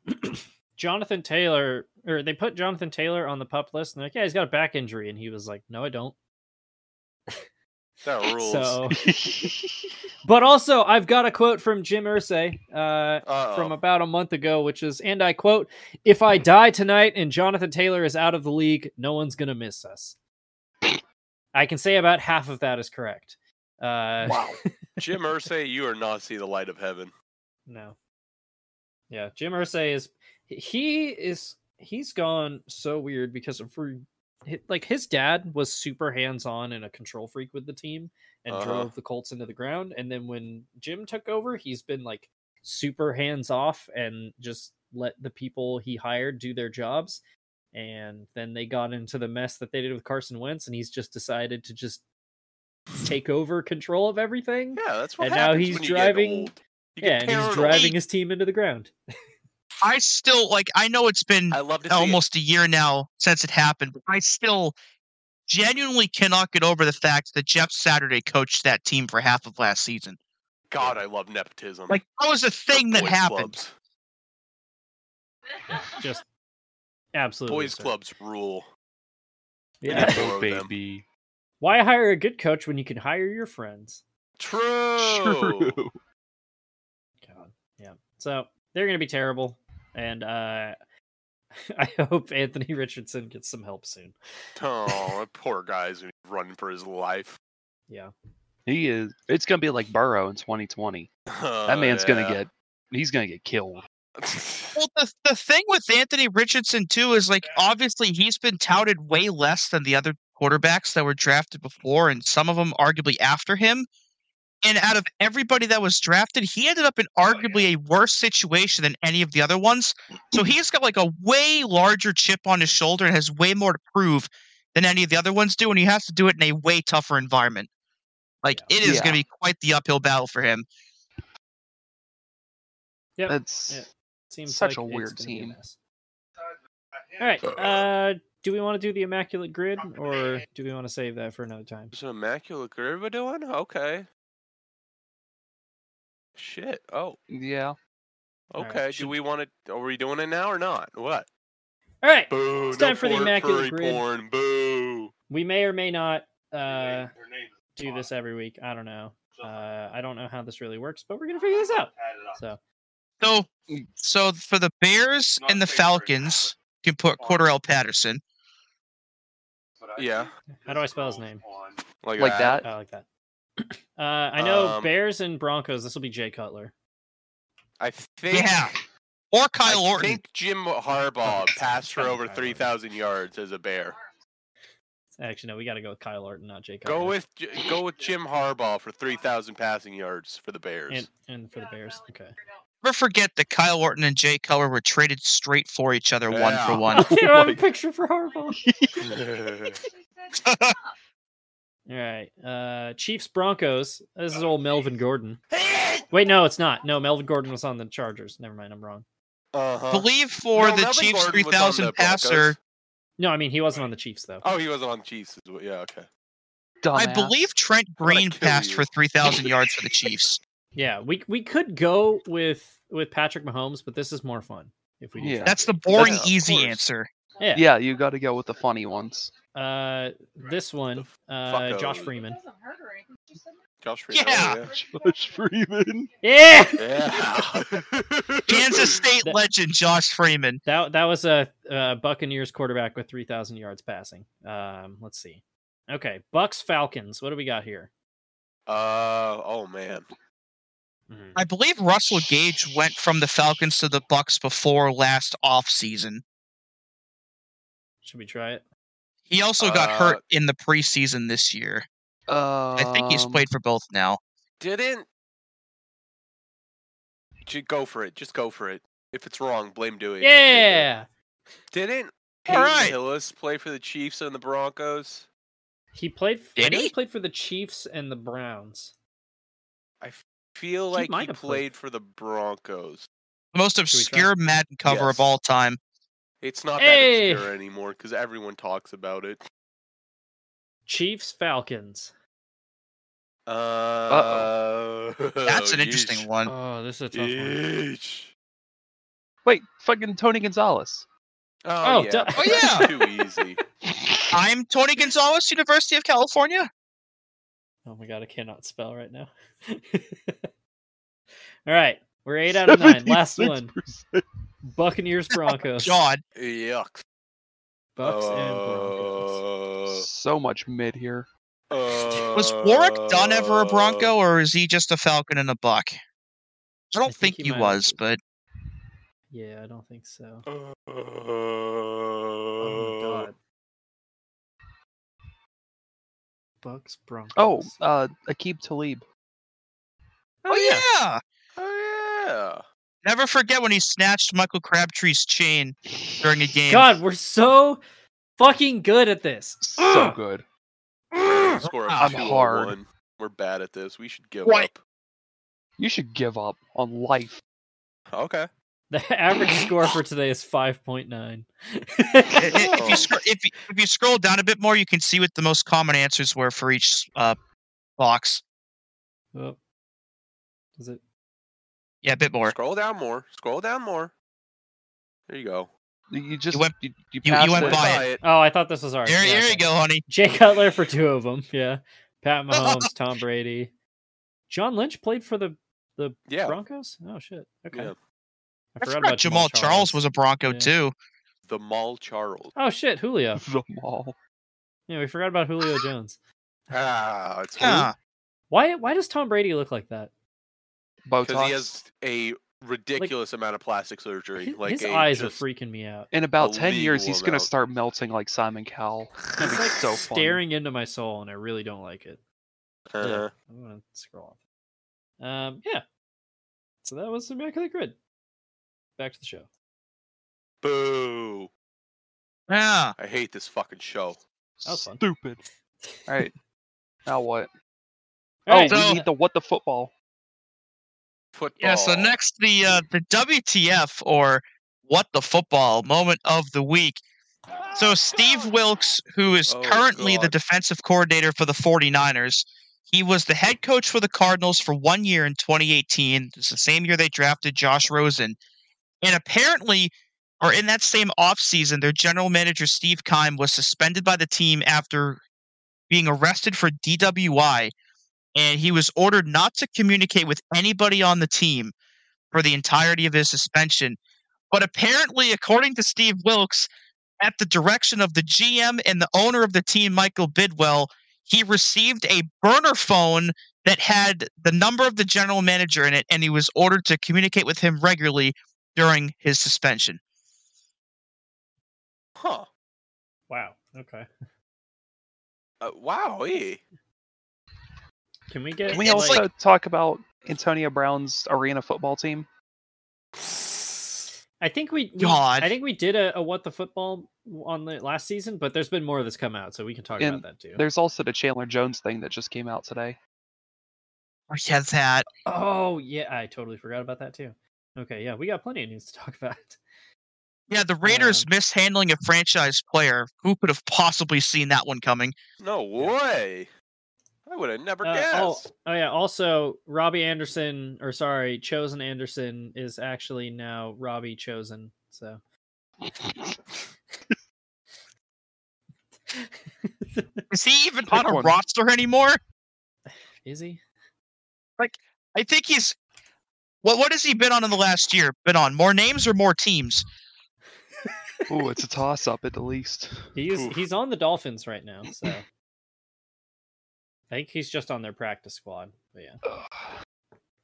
A: *clears throat* Jonathan Taylor, or they put Jonathan Taylor on the pup list, and they're like, yeah, he's got a back injury, and he was like, no, I don't.
B: That rules.
A: *laughs*
B: *laughs*
A: So, but also, I've got a quote from Jim Irsay uh,
B: Uh-oh.
A: from about a month ago, which is, and I quote, "If I die tonight and Jonathan Taylor is out of the league, no one's gonna miss us." I can say about half of that is correct. Uh, *laughs*
B: wow. Jim Irsay, you are not see the light of heaven.
A: No. Yeah, Jim Irsay is he is he's gone so weird because of for hi- like his dad was super hands-on and a control freak with the team and
B: Uh-huh.
A: drove the Colts into the ground and then when Jim took over, he's been like super hands off and just let the people he hired do their jobs and then they got into the mess that they did with Carson Wentz and he's just decided to just take over control of everything
B: Yeah, that's what
A: And now
B: happens
A: he's
B: when you get
A: driving-
B: old. You
A: yeah,
B: get
A: and he's
B: paranoid.
A: driving his team into the ground.
E: I still like I know it's been
B: I love to see it.
E: almost a year now since it happened, but I still genuinely cannot get over the fact that Jeff Saturday coached that team for half of last season.
B: God, I love nepotism.
E: Like that was a
B: The
E: thing that
B: boys
E: happened.
B: Clubs.
A: Just absolutely.
B: Boys
A: absurd.
B: clubs rule.
A: Yeah.
B: Four
C: Oh,
B: of them.
C: baby.
A: Why hire a good coach when you can hire your friends?
C: *laughs*
B: True.
C: True.
A: God. Yeah. So they're gonna be terrible. And uh *laughs* I hope Anthony Richardson gets some help soon.
B: Oh, that poor guy's gonna be running for his life. *laughs*
A: Yeah.
C: He is. It's gonna be like Burrow in 2020. That man's
B: Oh,
C: gonna get. He's gonna get killed.
B: *laughs* get.
E: Well, the, the thing with Anthony Richardson, too, is like obviously he's been touted way less than the other quarterbacks that were drafted before, and some of them arguably after him. And out of everybody that was drafted, he ended up in arguably a worse situation than any of the other ones. So he's got like a way larger chip on his shoulder and has way more to prove than any of the other ones do. And he has to do it in a way tougher environment. Like it is going to be quite the uphill battle for him.
A: Yep.
C: That's.
A: Yeah. Seems
C: Such
A: like
C: a
A: it's
C: weird
A: gonna be a
C: team.
A: mess. All right. Uh do we want to do the Immaculate Grid or do we want to save that for another time?
B: Is Immaculate Grid we're doing? Okay. Shit. Oh,
C: Yeah.
A: All right,
B: okay.
A: should-
B: Do we want to? Are we doing it now or not? What?
A: All right.
B: Boo!
A: It's
B: no
A: time for the
B: porn, furry
A: Immaculate Grid.
B: Porn. Boo!
A: We may or may not uh
G: Her name is
A: do this every week. I don't know.
G: something.
A: Uh, I don't know how this really works, but we're gonna figure this out.
G: Had it on.
A: So
E: So, so for the Bears
G: Not
E: and the
G: favorite,
E: Falcons, you can put Cordell Patterson.
G: but I
B: Yeah,
G: think
A: how do I
G: this
A: spell his
G: goes
A: *laughs* name?
G: on-
B: Like,
C: Like that.
A: I like that. Uh, I know
B: Um,
A: Bears and Broncos. This will be Jay Cutler.
B: I think.
E: Yeah. Or Kyle
B: I
E: Orton.
B: think Jim Harbaugh passed for
A: Kyle
B: over
A: Orton.
B: three thousand yards as a bear.
A: Actually, no, we got to go with Kyle Orton, not Jay Cutler.
B: Go with J- go with Jim Harbaugh for three thousand passing yards for the Bears.
A: and, and for the Bears. Okay.
E: Never forget that Kyle Orton and Jay Cutler were traded straight for each other, one
B: Yeah.
E: for
B: *laughs*
A: *laughs*
B: Uh,
E: one.
A: I don't have a
C: my-
A: picture for Harbaugh.
E: *laughs*
A: All right. Uh, Chiefs Broncos. This is old
B: *laughs*
A: Melvin Gordon. Wait, no, it's not. No, Melvin Gordon was on the Chargers. Never mind, I'm wrong.
E: I
B: uh-huh.
E: believe for
B: No,
E: the
B: Melvin
E: Chiefs
B: Gordon was on
E: 3000
B: the
E: passer,
B: Broncos.
A: No, I mean he wasn't on the Chiefs though.
B: Oh, he wasn't on Chiefs. as well. Yeah, okay.
A: Oh,
E: I
C: Dumbass.
E: believe Trent Green
B: kill
E: passed
B: you.
E: for 3000 yards
B: *laughs*
E: for the Chiefs.
A: Yeah, we we could go with with Patrick Mahomes, but this is more fun if we do.
C: Yeah.
E: That's the boring,
B: of
E: easy
B: course.
E: answer.
A: Yeah.
C: Yeah, you got to go with the funny ones.
A: Uh, this
B: The oh.
A: one,
B: f-
A: uh, Josh
B: fuckos.
A: Freeman.
B: Josh. Freeman,
C: *laughs*
E: Yeah.
C: Josh Freeman.
A: Yeah,
B: Yeah.
E: *laughs* Kansas State
A: That-
E: legend Josh Freeman.
A: that that was a, uh Buccaneers quarterback with three thousand yards passing. Um, let's see. Okay, Bucks Falcons. What do we got here?
B: *laughs* Uh oh man.
A: Mhm.
E: I believe Russell Gage went from the Falcons to the Bucks before last offseason.
A: Should we try it?
E: He also got
B: Uh,
E: hurt in the preseason this year. I think he's
C: Um,
E: played for both now.
B: Didn't Ju- go for it. Just go for it. If it's wrong, blame Dewey. Just take it.
A: Yeah,
B: Didn't
E: All
B: Peyton
E: right.
B: Hillis play for the Chiefs and the Broncos?
A: He played. I
E: Did
A: know
E: he?
A: played for the Chiefs and the Browns.
B: I f- feel
A: He
B: like
A: might
B: he
A: have
B: played,
A: played.
B: for the Broncos.
E: The most
A: we try?
E: obscure Madden cover
B: Yes.
E: of all time.
B: It's not
A: Hey!
B: that obscure anymore because everyone talks about it.
A: Chiefs Falcons.
B: Uh, *laughs*
E: That's an interesting one.
A: Oh, this is a tough one.
B: Each.
C: Um, Wait, fucking Tony Gonzalez.
B: Oh,
A: Oh,
B: yeah.
A: duh.
B: but
E: Oh,
B: that's
A: *laughs*
E: yeah.
B: too easy.
E: I'm Tony Gonzalez, University of California.
A: Oh my god, I cannot spell right now. *laughs* All right, we're eight out of nine.
C: *laughs*
E: *laughs*
A: Last one,
C: 76%.
A: Buccaneers Broncos.
E: John.
B: Yuck.
A: Bucks and
E: Oh.
A: Broncos.
C: So much mid here.
B: Uh,
E: *laughs* Was Warwick Dunn ever a Bronco, or is he just a Falcon and a Buck? I don't
A: I think
E: think,
A: he
E: he
A: might-
E: was, but
A: Yeah, I don't think so.
B: Uh,
A: Oh my god. Bucks Broncos.
C: Oh, uh, Akib
E: *gasps*
C: Talib.
E: oh, yeah.
B: oh, yeah.
E: Never forget when he snatched Michael Crabtree's chain during a game.
A: God, we're so fucking good at this.
C: So good.
B: We're gonna Score a
E: I'm
B: 201.
C: hard.
B: We're bad at this. We should give
E: Right.
C: You should give up on life.
B: up. Okay.
A: The average score for today is five point nine.
E: *laughs* I- i- if,
B: Oh.
E: you scro- if, you, if you scroll down a bit more, you can see what the most common answers were for each uh, box.
A: oh. Is it?
E: Yeah, a bit more.
B: Scroll down more. Scroll down more. There you go.
C: You just
E: went-
C: you, you
E: you
C: passed
E: went
C: it.
E: by- Buy
B: it.
A: Oh, I thought this was ours.
E: There,
A: Yeah,
E: there
A: okay.
E: you go, honey.
A: Jay Cutler for two of them. Yeah, Pat
E: *laughs*
A: Mahomes, Tom Brady, John Lynch played for the the
B: Yeah.
A: Broncos. Oh shit. Okay.
B: Yeah.
E: I forgot Jamal Charles. was a Bronco
A: Yeah.
E: too.
B: The Mall Charles.
A: Oh shit,
C: *laughs*
A: Julio.
C: the mall.
A: Yeah, we forgot about
E: *laughs*
A: Julio Jones.
B: Ah, it's
E: Yeah.
A: Why why does Tom Brady look like that?
B: because
C: Botox.
B: he has a ridiculous amount of plastic surgery.
A: His,
B: like
A: his
B: a
A: eyes
B: just-
A: are freaking
B: *laughs*
A: me out.
C: In about ten years,
B: Unbelievable
C: he's gonna
B: amount.
C: start melting like Simon Cowell. It's
A: It's like
C: so funny.
A: staring into my soul, and I really don't like it. Ugh,
B: Uh-huh.
A: I'm gonna scroll off. Um, yeah. So that was the back of the grid. Back to the show.
B: Boo!
E: Yeah.
B: I hate this fucking show.
A: That was fun.
C: Stupid. All right. *laughs* Now what?
A: All right,
C: oh,
E: so-
C: we need the what the football.
B: Football.
E: Yeah, so next the uh, the WTF or what the football moment of the week. So Steve Wilkes, who is
B: Oh,
E: currently the
B: God.
E: defensive coordinator for the 49ers, he was the head coach for the Cardinals for one year in 2018. It's the same year they drafted Josh Rosen. And apparently, or in that same offseason, their general manager Steve Kime was suspended by the team after being arrested for DWI, and he was ordered not to communicate with anybody on the team for the entirety of his suspension. But apparently, according to Steve Wilkes, at the direction of the GM and the owner of the team, Michael Bidwell, he received a burner phone that had the number of the general manager in it, and he was ordered to communicate with him regularly during his suspension.
B: Huh.
A: wow. Okay.
B: Uh, wow. eh.
A: Can we get?
C: Can we
E: It's
C: also *laughs*
E: like-
C: talk about Antonio Brown's arena football team?
A: I think we, we-
E: God.
A: I think we did a, a what the football on the last season, but there's been more of this come out, so we can talk
C: And
A: about that too.
C: There's also the Chandler Jones thing that just came out today.
E: Or yeah, that.
A: Oh yeah, I totally forgot about that too. Okay, yeah, we got plenty of news to talk *laughs* about.
E: Yeah, the Raiders
A: Um,
E: mishandling a franchise player. Who could have possibly seen that one coming?
B: No way. I would have never
A: Uh,
B: guessed.
A: oh, oh yeah. Also, Robbie Anderson, or sorry, Chosen Anderson is actually now Robbie Chosen. So.
E: Is he even
C: Pick
E: on a
C: one.
E: roster anymore?
A: is he?
E: I think he's. What what has he been on in the last year? Been on more names or more teams?
C: Ooh, it's a toss up at the least.
A: He's
B: Oof.
A: he's on the Dolphins right now,
B: *laughs*
A: so I think he's just on their practice squad. But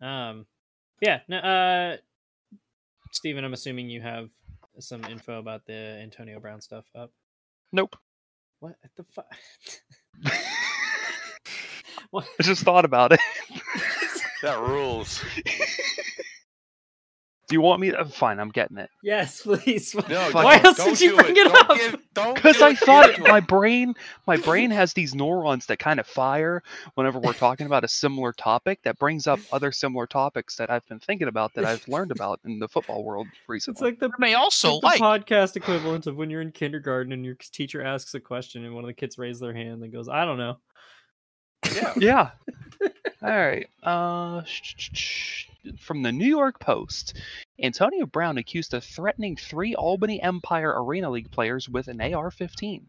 A: yeah. Um, yeah. No, uh, Steven, I'm assuming you have some info about the Antonio Brown stuff up.
C: Nope.
A: What the fuck?
C: I
A: what?
C: just thought about it.
B: That rules.
C: *laughs* Do you want me? To... Fine, I'm getting it.
A: *laughs* Yes, please.
B: No,
C: Fuck.
A: Why
B: don't-
A: else
B: don't
A: did you
B: do
A: bring it
B: Don't
A: up?
B: give- don't
C: Because
B: do
C: I
B: it.
C: thought
B: Give
C: it,
B: to
C: my
B: him.
C: brain, my brain has these neurons that kind of fire whenever we're talking about a similar topic that brings up other similar topics that I've been thinking about that I've learned about in the football world
A: It's
C: recently.
A: like the,
E: You may also
A: like
E: like.
A: the podcast equivalent of when you're in kindergarten and your teacher asks a question and one of the kids raises their hand and goes, "I don't know."
B: Yeah.
C: yeah. All right. Uh, sh- sh- sh- from the New York Post, Antonio Brown accused of threatening three Albany Empire Arena League players with an AR-15.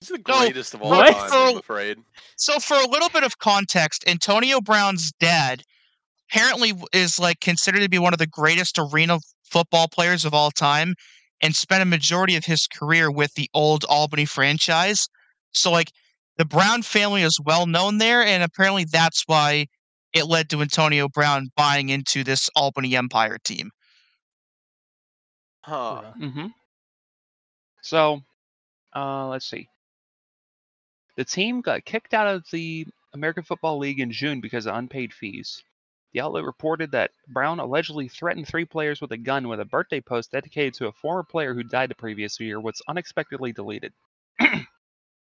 B: He's the
E: No,
B: greatest of all
A: what?
B: time, I'm afraid.
E: So, for a little bit of context, Antonio Brown's dad apparently w- is like considered to be one of the greatest arena football players of all time, and spent a majority of his career with the old Albany franchise. So, like the Brown family is well known there, and apparently that's why it led to Antonio Brown buying into this Albany Empire team.
B: Huh.
A: Bruh.
C: Mm-hmm. So, uh, let's see. The team got kicked out of the American Football League in June because of unpaid fees. The outlet reported that Brown allegedly threatened three players with a gun with a birthday post dedicated to a former player who died the previous year, was unexpectedly deleted.
B: *laughs*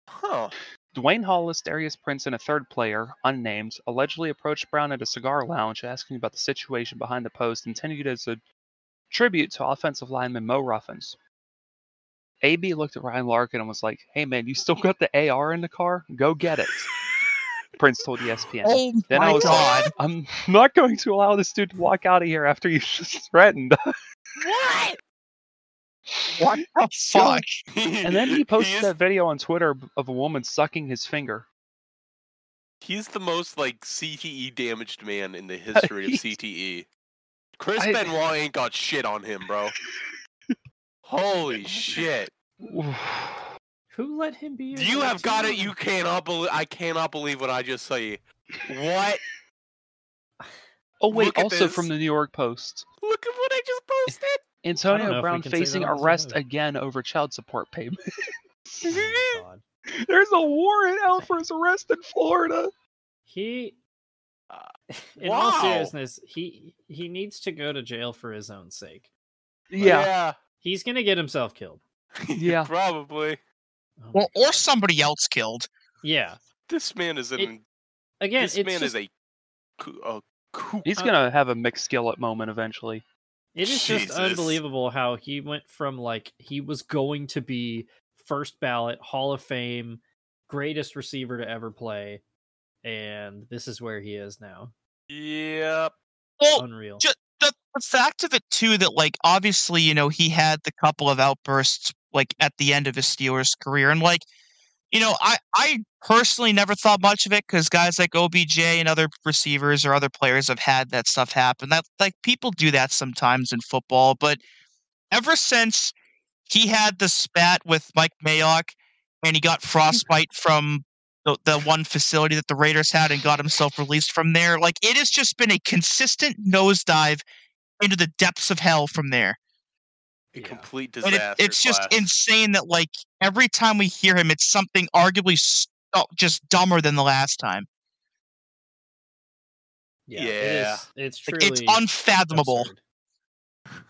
B: Huh.
C: Dwayne Hollis, Darius Prince, and a third player, unnamed, allegedly approached Brown at a cigar lounge asking about the situation behind the post intended as a tribute to offensive lineman Mo Ruffins. AB looked at Ryan Larkin and was like, Hey man, you still got the AR in the car? Go get it. Prince told E ESPN.
E: *laughs* Oh
C: then I
E: my
C: was
E: god!
C: like, I'm not going to allow this dude to walk out of here after you *laughs* just threatened.
E: What? What the fuck?
C: And then *laughs* he posted
B: is-
C: that video on Twitter b- of a woman sucking his *sighs* finger.
B: He's the most like CTE damaged man in
C: *laughs*
B: the history of
C: He's-
B: CTE. Chris
C: I-
B: Benoit ain't got shit on him,
C: *laughs*
B: bro. Holy shit!
A: Who let him be? your
B: You
A: number
B: have got
A: two?
B: it. You cannot believe. I cannot believe what I just saw you. What?
C: Oh wait,
B: Look at
C: also from
B: this.
C: the New York Post.
B: Look at what I just posted.
A: know if we
C: Antonio Brown
A: can say that
C: facing
A: on this
C: arrest
A: episode.
C: again over child support
A: *laughs*
C: payment. *laughs*
A: Oh
B: *laughs*
A: my God.
C: There's a warrant out for his arrest in
A: Oh,
C: Florida.
A: He,
B: Uh,
A: *laughs* in all
B: wow.
A: seriousness, he he needs to go to jail for his own sake.
C: Yeah.
A: He's gonna get himself killed.
B: *laughs*
C: Yeah.
B: Probably.
A: Oh my
E: Well, or
A: God.
E: somebody else killed.
A: yeah.
B: This man is an.
A: It- Again,
B: this
A: it's
B: man
A: just,
B: is a. coo- a kook.
C: He's
A: Uh,
C: gonna have a mixed skillet moment eventually.
A: It is
B: Jesus.
A: just unbelievable how he went from like he was going to be first ballot Hall of Fame greatest receiver to ever play and this is where he is now.
B: Yep.
E: Well,
A: Unreal.
E: Oh, ju- the, the fact of it too that like obviously you know he had the couple of outbursts like at the end of his Steelers career and like you know I I personally never thought much of it because guys like OBJ and other receivers or other players have had that stuff happen that like people do that sometimes in football but ever since he had the spat with Mike Mayock and he got frostbite from the, the one facility that the Raiders had and got himself released from there. Like it has just been a consistent nosedive into the depths of hell from there.
B: A
A: Yeah.
B: complete
E: And
B: disaster.
E: it, it's just
B: class.
E: insane that like every time we hear him, it's something arguably st- just dumber than the last time.
A: It
B: Yeah.
A: is, it's
E: Like,
A: truly
E: it's unfathomable.
A: absurd.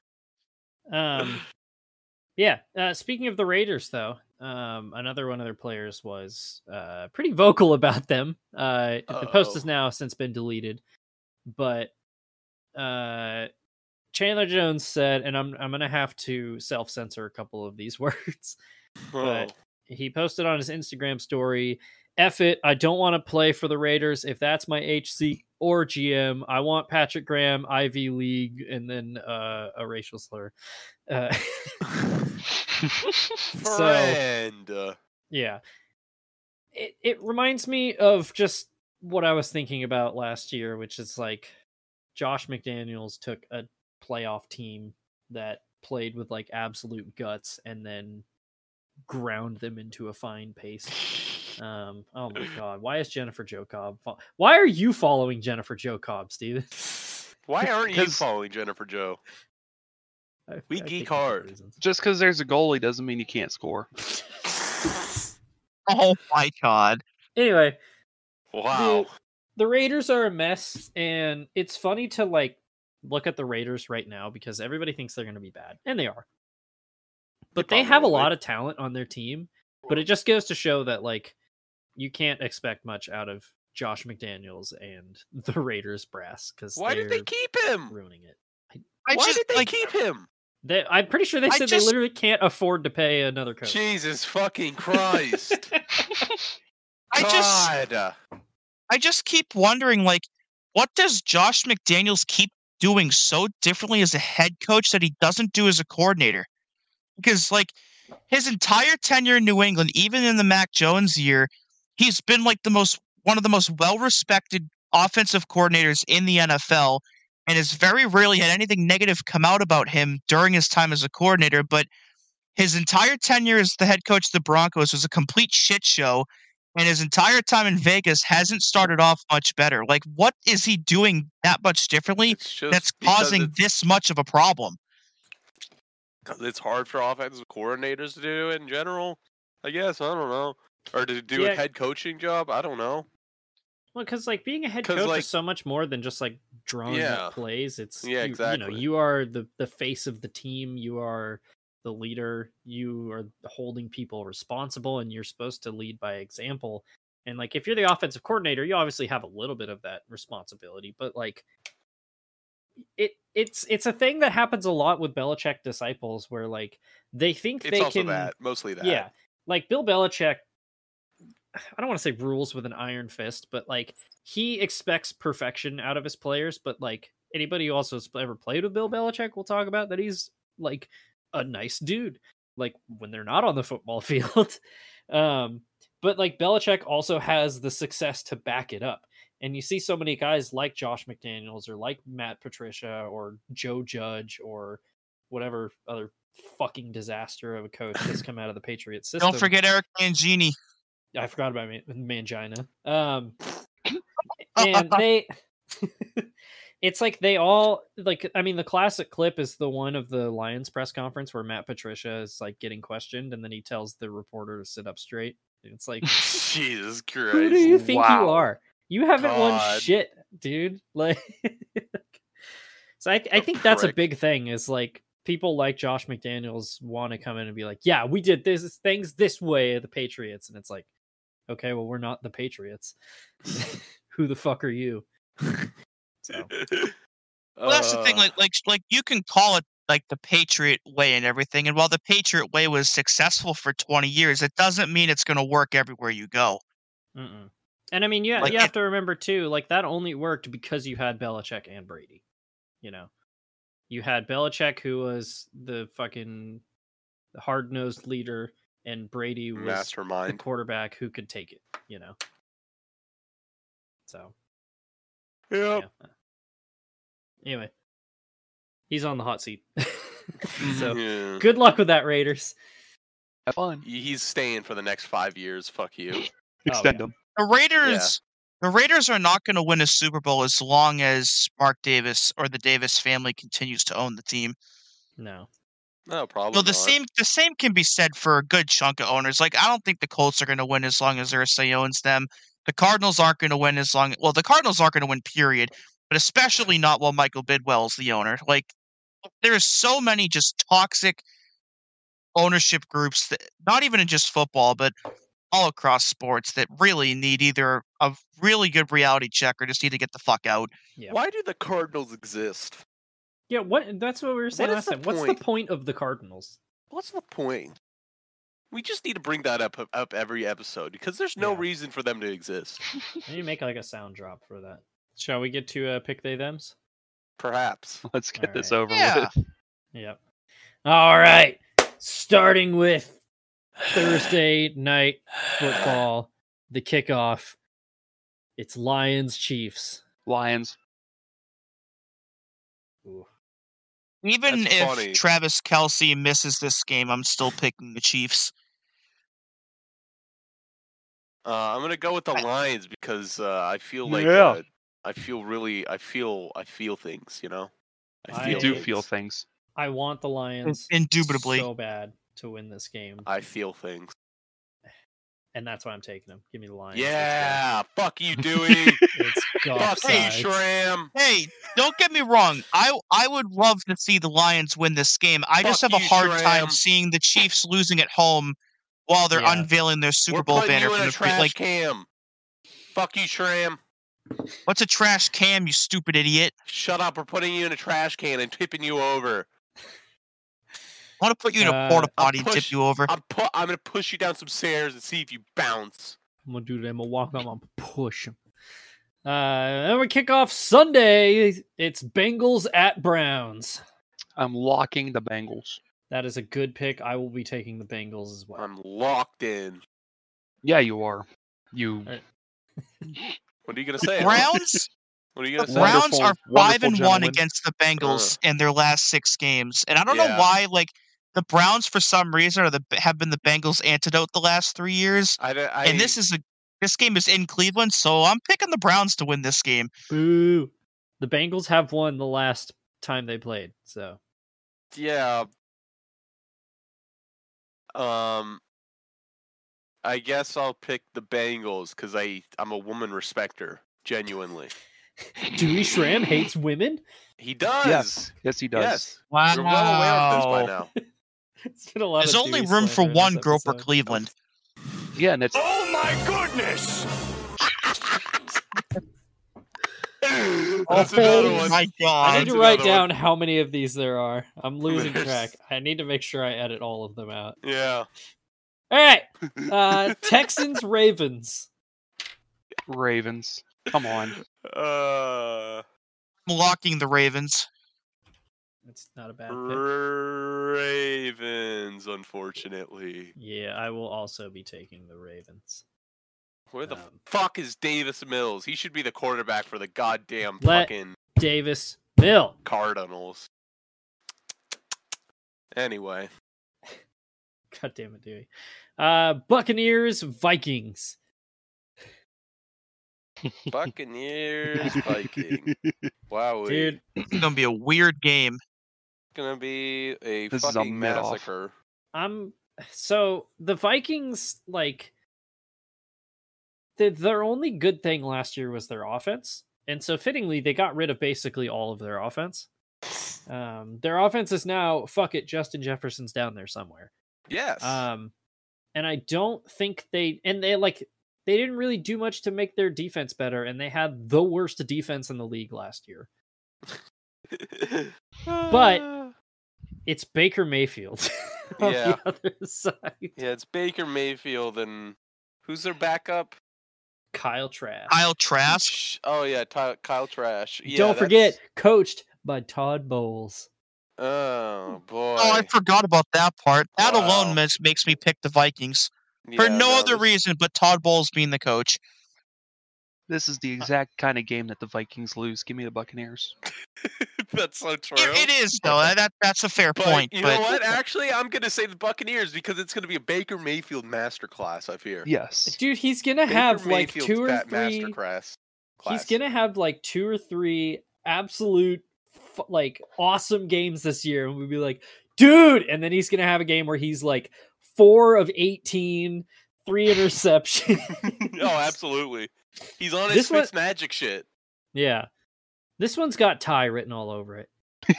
A: Um, yeah. Uh, speaking of the Raiders, though, um, another one of their players was uh, pretty vocal *laughs* about them. Uh, the post has
B: Uh-oh.
A: now since been deleted, but uh, Chandler Jones said, and I'm I'm gonna have to self censor a couple of these *laughs* words.
B: Bro.
A: He posted on his Instagram story. F it. I don't want to play for the Raiders. If that's my HC or GM, I want Patrick Graham, Ivy League, and then uh, a racial slur. Uh, *laughs* So-
B: Friend.
A: yeah. It, it reminds me of just what I was thinking about last year, which is like Josh McDaniels took a playoff team that played with like absolute guts and then ground them into a fine paste.
B: *laughs*
A: Um, oh my god, why is Jennifer Jocob? Fo- why are you following Jennifer Jocob, Steven? *laughs*
B: Why aren't you
C: 'Cause-
B: following Jennifer Joe?
A: I-
B: We
A: I
B: geek
A: think of
B: hard.
A: good reasons.
C: Just because there's a goalie doesn't mean you can't score.
E: Oh my god!
A: *laughs* Anyway,
B: Wow.
A: the Raiders are a mess, and it's funny to like look at the Raiders right now because everybody thinks they're going to be bad, and they are. But they, have a lot of talent on their team, but it just goes to show that like you can't expect much out of Josh McDaniels and *laughs* the Raiders brass because
B: Why did they keep him?
A: ruining it?
E: I
B: Why
E: just
B: did they
E: like
B: keep him?
A: They, I'm pretty sure they
E: I
A: said they
E: just-
A: literally can't afford to pay another coach.
B: Jesus fucking
A: *laughs*
B: Christ!
E: I just
B: God.
E: I just keep wondering like what does Josh McDaniels keep doing so differently as a head coach that he doesn't do as a coordinator? Because like his entire tenure in New England, even in the Mac Jones year, he's been like the most one of the most well-respected offensive coordinators in the NFL and has very rarely had anything negative come out about him during his time as a coordinator, but his entire tenure as the head coach of the Broncos was a complete shit show and his entire time in Vegas hasn't started off much better. Like, what is he doing that much differently
B: It's just
E: that's
B: because
E: causing
B: it's-
E: this much of a problem?
B: 'cause it's hard for offensive coordinators to do in general. I guess I don't know, or to do
A: Yeah.
B: a head coaching job. I don't know.
A: Well, because like being a head
B: 'Cause,
A: coach
B: like-
A: is so much more than just like drawing
B: Yeah.
A: up plays. It's
B: Yeah,
A: you, You know,
B: exactly.
A: you are the the face of the team. You are the leader. You are holding people responsible, and you're supposed to lead by example. And like, if you're the offensive coordinator, you obviously have a little bit of that responsibility. But like, it it's it's a thing that happens a lot with Belichick disciples, where like they think
B: It's
A: they
B: also
A: can
B: that, mostly that.
A: yeah. Like Bill Belichick, I don't want to say rules with an iron fist, but like he expects perfection out of his players. But like anybody who also has ever played with Bill Belichick will talk about that he's like a nice dude, like when they're not on the football *laughs* field. um, but like Belichick also has the success to back it up. And you see so many guys like Josh McDaniels or like Matt Patricia or Joe Judge or whatever other fucking disaster of a coach
E: *laughs*
A: that's come out of the Patriots system.
E: Don't forget Eric Mangini.
A: I forgot about man- Mangina. Um, and they, *laughs* it's like they all like. I mean, the classic clip is the one of the Lions press conference where Matt Patricia is like getting questioned, and then he tells the reporter to sit up straight. It's
B: *laughs*
A: like,
B: Jesus Christ.
A: who do you think you
B: Wow.
A: are? You haven't won
B: God.
A: shit, dude. *laughs* Like, so I, I think that's a
B: prick.
A: big thing. Is like people like Josh McDaniels want to come in and be like, "Yeah, we did this things this way at the Patriots," and it's like, okay, well, we're not the Patriots. *laughs* who the fuck
B: *laughs*
A: are you? *laughs* So
E: Well, that's the thing.
B: Uh,
E: Like, like, like you can call it like the Patriot way and everything. And while the Patriot way was successful for 20 years, it doesn't mean it's going to work everywhere you go.
A: Mm-mm. And I mean, yeah,
E: Like,
A: you
E: it-
A: have to remember too, like that only worked because you had Belichick and Brady. You know, you had Belichick, who was the fucking hard nosed leader, and Brady was the
E: *laughs*
B: mastermind.
A: quarterback who could take it. You know, so
B: Yep.
A: yeah. Anyway, he's on the hot seat. *laughs* so
B: Yeah.
A: good luck with that, Raiders.
C: Have fun.
A: *laughs*
B: He's staying for the next five years. Fuck you.
C: Extend them.
E: The Raiders, the Raiders are not going to win a Super Bowl as long as Mark Davis or the Davis family continues to own the team.
A: No,
B: No problem.
E: Well, the same the same can be said for a good chunk of owners. Like I don't think the Colts are going to win as long as Ursay owns them. The Cardinals aren't going to win as long. Well, the Cardinals aren't going to win, period. But especially not while Michael Bidwell's the owner. Like there's so many just toxic ownership groups that not even in just football, but all across sports that really need either a really good reality check or just need to get the fuck out.
A: yeah,
B: Why do the Cardinals exist?
A: yeah. What? That's what we were saying
B: is
A: last
B: the
A: time. What's the
B: point?
A: point of the Cardinals?
B: What's the point? We just need to bring that up up every episode because there's no
A: Yeah.
B: reason for them to exist.
A: I need to make like a sound drop for that. Shall we get to uh, pick they thems?
B: Perhaps.
C: Let's get this over
E: Yeah.
C: with.
A: Yep. All right. Starting with Thursday night football, the kickoff. It's Lions Chiefs.
C: Lions.
E: Even
B: That's
E: if
B: funny.
E: Travis Kelsey misses this game, I'm still picking the Chiefs.
B: Uh, I'm gonna go with the Lions because uh, I feel like
C: Yeah.
B: uh, I feel really I feel I feel things. You know.
C: You
A: I-
C: do feel things.
A: I want the Lions
E: Indubitably.
A: so bad to win this game.
B: I feel things.
A: and that's why I'm taking him. Give me the Lions. Let's go.
B: Yeah, fuck you, Dewey.
A: it's golf
B: fuck you,
A: sides.
B: Shram.
E: Hey, don't get me wrong. I I would love to see the Lions win this game. I just
B: Fuck
E: have a
B: you,
E: hard
B: Shram.
E: time seeing the Chiefs losing at home while they're
A: Yeah.
E: unveiling their Super
B: We're
E: Bowl
B: putting
E: banner
B: you in
E: from
B: a
E: the pre-
B: trash
E: like
B: cam. Fuck you, Shram.
E: what's a trash cam, you stupid idiot.
B: Shut up. We're putting you in a trash can and tipping you over.
E: I want to put you in
A: Uh,
E: a porta
B: I'll
E: potty and
B: push-
E: tip you over.
B: I'm pu- I'm gonna push you down some stairs and see if you bounce.
A: I'm gonna do that. I'm gonna walk up. I'm gonna push him. Uh, and we kick off Sunday. It's Bengals at Browns.
C: I'm locking the Bengals.
A: That is a good pick. I will be taking the Bengals as well.
B: I'm locked in.
C: Yeah, you are. You
A: Uh,
B: What are you gonna
E: The
B: say? Al? *laughs*
E: Browns,
B: What are you
E: the
B: gonna say?
C: Brown-
E: Browns are
C: Wonderful-
E: five
C: wonderful
E: and one
C: gentlemen.
E: against the Bengals in their last six games, and I don't
B: Yeah.
E: know why. Like the Browns, for some reason, are the have been the Bengals' antidote the last three years.
B: I, don't- I,
E: and this is a this game is in Cleveland, so I'm picking the Browns to win this game.
A: Boo! The Bengals have won the last time they played. So
B: yeah. Um, I guess I'll pick the Bengals because I I'm a woman respecter. Genuinely,
A: Dewey Schramm hates women. *laughs*
B: he does.
C: yes, he does.
B: Yes,
E: Wow,
B: you're well aware of this by now.
A: It's been a lot.
E: There's
A: of
E: only
A: Dewey
E: room for
A: slander in this
E: one girl for
A: episode.
E: *laughs* Cleveland.
C: Yeah, and it's
F: Oh my goodness!
B: That's another
A: Oh
B: one.
E: My
A: I
B: *laughs*
A: need
E: God,
B: That's
A: to write
B: another one.
A: down how many of these there are.
B: *laughs*
A: I'm losing
B: There's-
A: track. I need to make sure I edit all of them out.
B: Yeah. *laughs*
A: All right. Uh, Texans Ravens.
C: Ravens. Come on.
A: *laughs*
B: Uh,
E: I'm locking the Ravens.
A: That's not a bad pick.
B: Ravens, unfortunately.
A: Yeah, I will also be taking the Ravens.
B: Where the
A: Um,
B: fuck is Davis Mills? He should be the quarterback for the goddamn
A: Let-
B: fucking
A: Davis Mill.
B: Cardinals.
A: *laughs*
B: Anyway,
A: God damn it, Dewey. Uh, Buccaneers Vikings. *laughs*
B: Buccaneers, Viking. Wow,
A: Dude,
B: it's
E: It's gonna be a weird game.
B: gonna be a
C: This is a
B: fucking
C: mid-off.
B: massacre.
A: I'm so the Vikings like the, their only good thing last year was their offense, and so fittingly they got rid of basically all of their offense. Um, their offense is now fuck it. Justin Jefferson's down there somewhere.
B: Yes.
A: Um, and I don't think they and they like they didn't really do much to make their defense better, and they had the worst defense in the league last year. but-
B: Uh,
A: It's Baker Mayfield. *laughs* on
B: Yeah.
A: the other *laughs* side,
B: *laughs* yeah, it's Baker Mayfield and who's their backup?
A: Kyle Trask.
E: Kyle Trask.
B: Sh- Oh yeah, Ty- Kyle Trash. Yeah,
A: don't
B: that's-
A: forget, coached by Todd Bowles.
B: Oh boy.
E: Oh, I forgot about that part. That
B: Wow.
E: alone makes, makes me pick the Vikings for
B: Yeah,
E: no, other
B: this-
E: reason but Todd Bowles being the coach.
C: This is the exact kind of game that the Vikings lose. Give me the Buccaneers.
B: *laughs* That's so true.
E: It, it is
B: *laughs*
E: though. That, that that's a fair
B: But
E: point.
B: you
E: but
B: know what? Actually, I'm going to say the Buccaneers because it's going to be a Baker Mayfield masterclass. I fear.
C: Yes.
A: Dude, he's gonna
B: Baker
A: have like
B: Mayfield's
A: two or
B: that
A: three.
B: masterclass.
A: He's
B: Class.
A: gonna have like two or three absolute f- like awesome games this year, and we'll be like, dude. And then he's gonna have a game where he's like four of 18,
B: *laughs*
A: three interceptions.
B: oh, absolutely. He's on
A: This
B: his
A: one-
B: Fitz magic shit.
A: *laughs*
E: *laughs*
A: yeah. This one's got tie written all over it.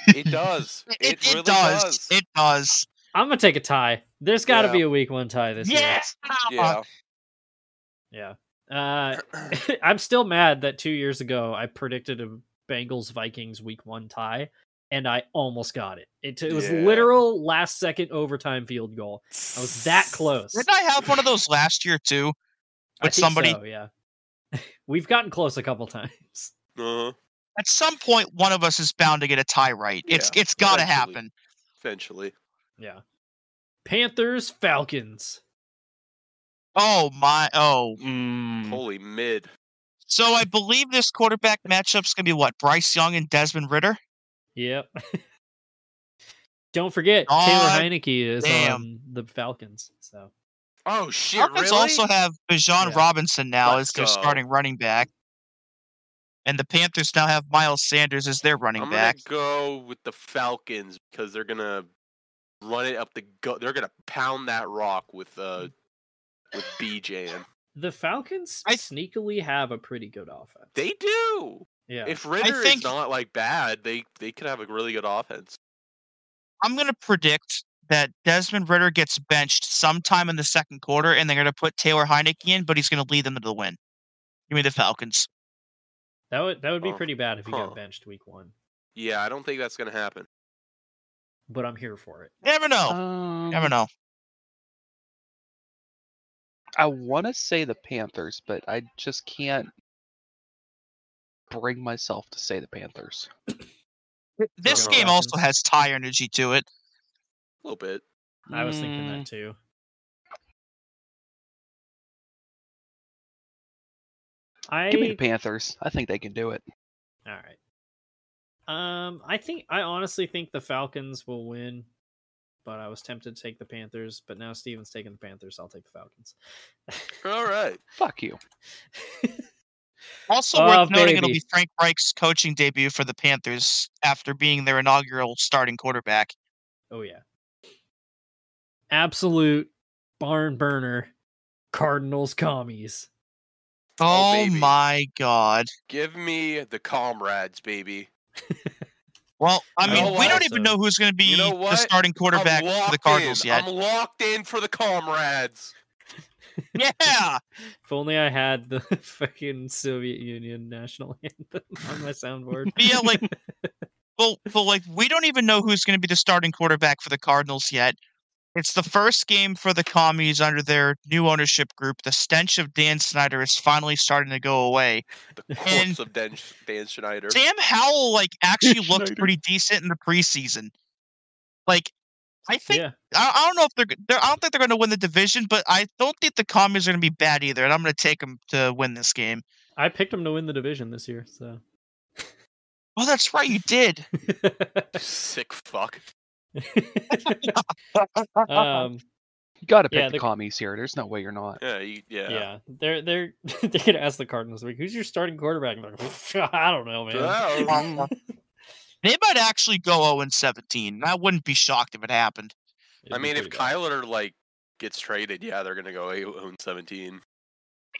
B: It does.
E: it,
B: it,
E: it
B: really
E: does.
B: does.
E: It does.
A: I'm gonna take a tie. There's got to
B: Yeah.
A: be a week one tie this year.
E: Yes.
B: yeah.
A: Yeah. Uh, *laughs* I'm still mad that two years ago I predicted a Bengals Vikings week one tie and I almost got it. It, it was
B: Yeah.
A: literal last second overtime field goal. I was that close.
E: Didn't I have one of those last year too?
A: I
E: With
A: think
E: somebody
A: so, yeah. *laughs* We've gotten close a couple times. *laughs*
B: Uh-huh.
E: at some point, one of us is bound to get a tie right. It's it's got to
B: eventually.
E: happen.
B: Eventually.
A: Yeah. Panthers, Falcons.
E: Oh my! Oh, mm.
B: Holy mid.
E: so I believe this quarterback matchup's gonna be what Bryce Young and Desmond Ritter.
A: Yep. *laughs* Don't forget,
E: God
A: Taylor Heineke is
E: damn.
A: on the Falcons. So
B: Oh shit!
E: Falcons
B: really?
E: also have Bijan
A: Yeah.
E: Robinson now
B: Let's
E: as their
B: go.
E: starting running back, and the Panthers now have Miles Sanders as their running
B: I'm
E: back.
B: gonna go with the Falcons because they're gonna run it up the gut. They're gonna pound that rock with uh, with BJM.
A: The Falcons
E: I-
A: sneakily have a pretty good offense.
B: They do.
A: yeah.
B: If Ritter
E: think-
B: is not like bad, they they could have a really good offense.
E: I'm going to predict that Desmond Ritter gets benched sometime in the second quarter, and they're going to put Taylor Heineke in, but he's going to lead them to the win. You mean the Falcons?
A: that would that would be
B: Huh.
A: pretty bad if he
B: Huh.
A: got benched week one.
B: Yeah, I don't think that's gonna happen.
A: But I'm here for it.
E: Never know.
C: Um,
E: Never know.
C: I want to say the Panthers, but I just can't bring myself to say the Panthers.
E: This
B: the
E: game also
C: Falcons.
E: has tie energy to it.
B: A little bit.
A: I was thinking
C: Mm,
A: that too.
B: Mm.
A: I
C: Give me the Panthers. I think they can do it.
A: All right. Um, I think I honestly think the Falcons will win, but I was tempted to take the Panthers, but now Steven's taking the Panthers, so I'll take the Falcons.
B: All right.
C: Fuck you.
E: Also
A: Oh,
E: worth noting, it'll
A: baby.
E: be Frank Reich's coaching debut for the Panthers after being their inaugural starting quarterback.
A: *laughs* Oh yeah. Absolute barn burner. Cardinals commies.
B: Oh,
E: Oh,
B: baby.
E: my god!
B: Give me the comrades, baby.
E: Well, I
A: You
E: mean,
B: know
E: we
B: what?
E: don't even know who's going to be
B: know
E: the
B: what?
E: starting quarterback
B: I'm
E: for
B: locked
E: the Cardinals
B: in.
E: *laughs* yet.
B: I'm locked in for the comrades.
E: Yeah,
A: If only I had the *laughs* fucking Soviet Union national *laughs* anthem on my soundboard.
E: Yeah,
A: *laughs*
E: like- well, but like we don't even know who's going to be the starting quarterback for the Cardinals yet. It's the first game for the commies under their new ownership group. The stench of Dan Snyder is finally starting to go away.
B: The corpse
E: *laughs* And-
B: of Dan, Sch- Dan Schneider.
E: Sam Howell like actually looked
B: Schneider.
E: pretty decent in the preseason. Like, I think
A: yeah.
E: I, I don't know if they're, g- they're I don't think they're going to win the division, but I don't think the commies are going to be bad either. And I'm going to take them to win this game.
A: I picked them to win the division this year,
E: *laughs*
A: so *laughs*
E: Oh, that's right, you did.
B: Sick fuck.
A: um
C: You got to pick
A: Yeah,
C: the,
A: the-
C: commies here. There's no way you're not.
B: Yeah, you, yeah.
A: Yeah, they're they're *laughs* they're gonna ask the Cardinals like, "Who's your starting quarterback?" And they're like, *laughs* I don't know,
B: Well,
A: man.
E: Wow. *laughs* they might actually go 0 17. and I wouldn't be shocked if it happened.
B: I mean, if Kyler like gets traded, yeah, they're gonna go 8-17.
E: Even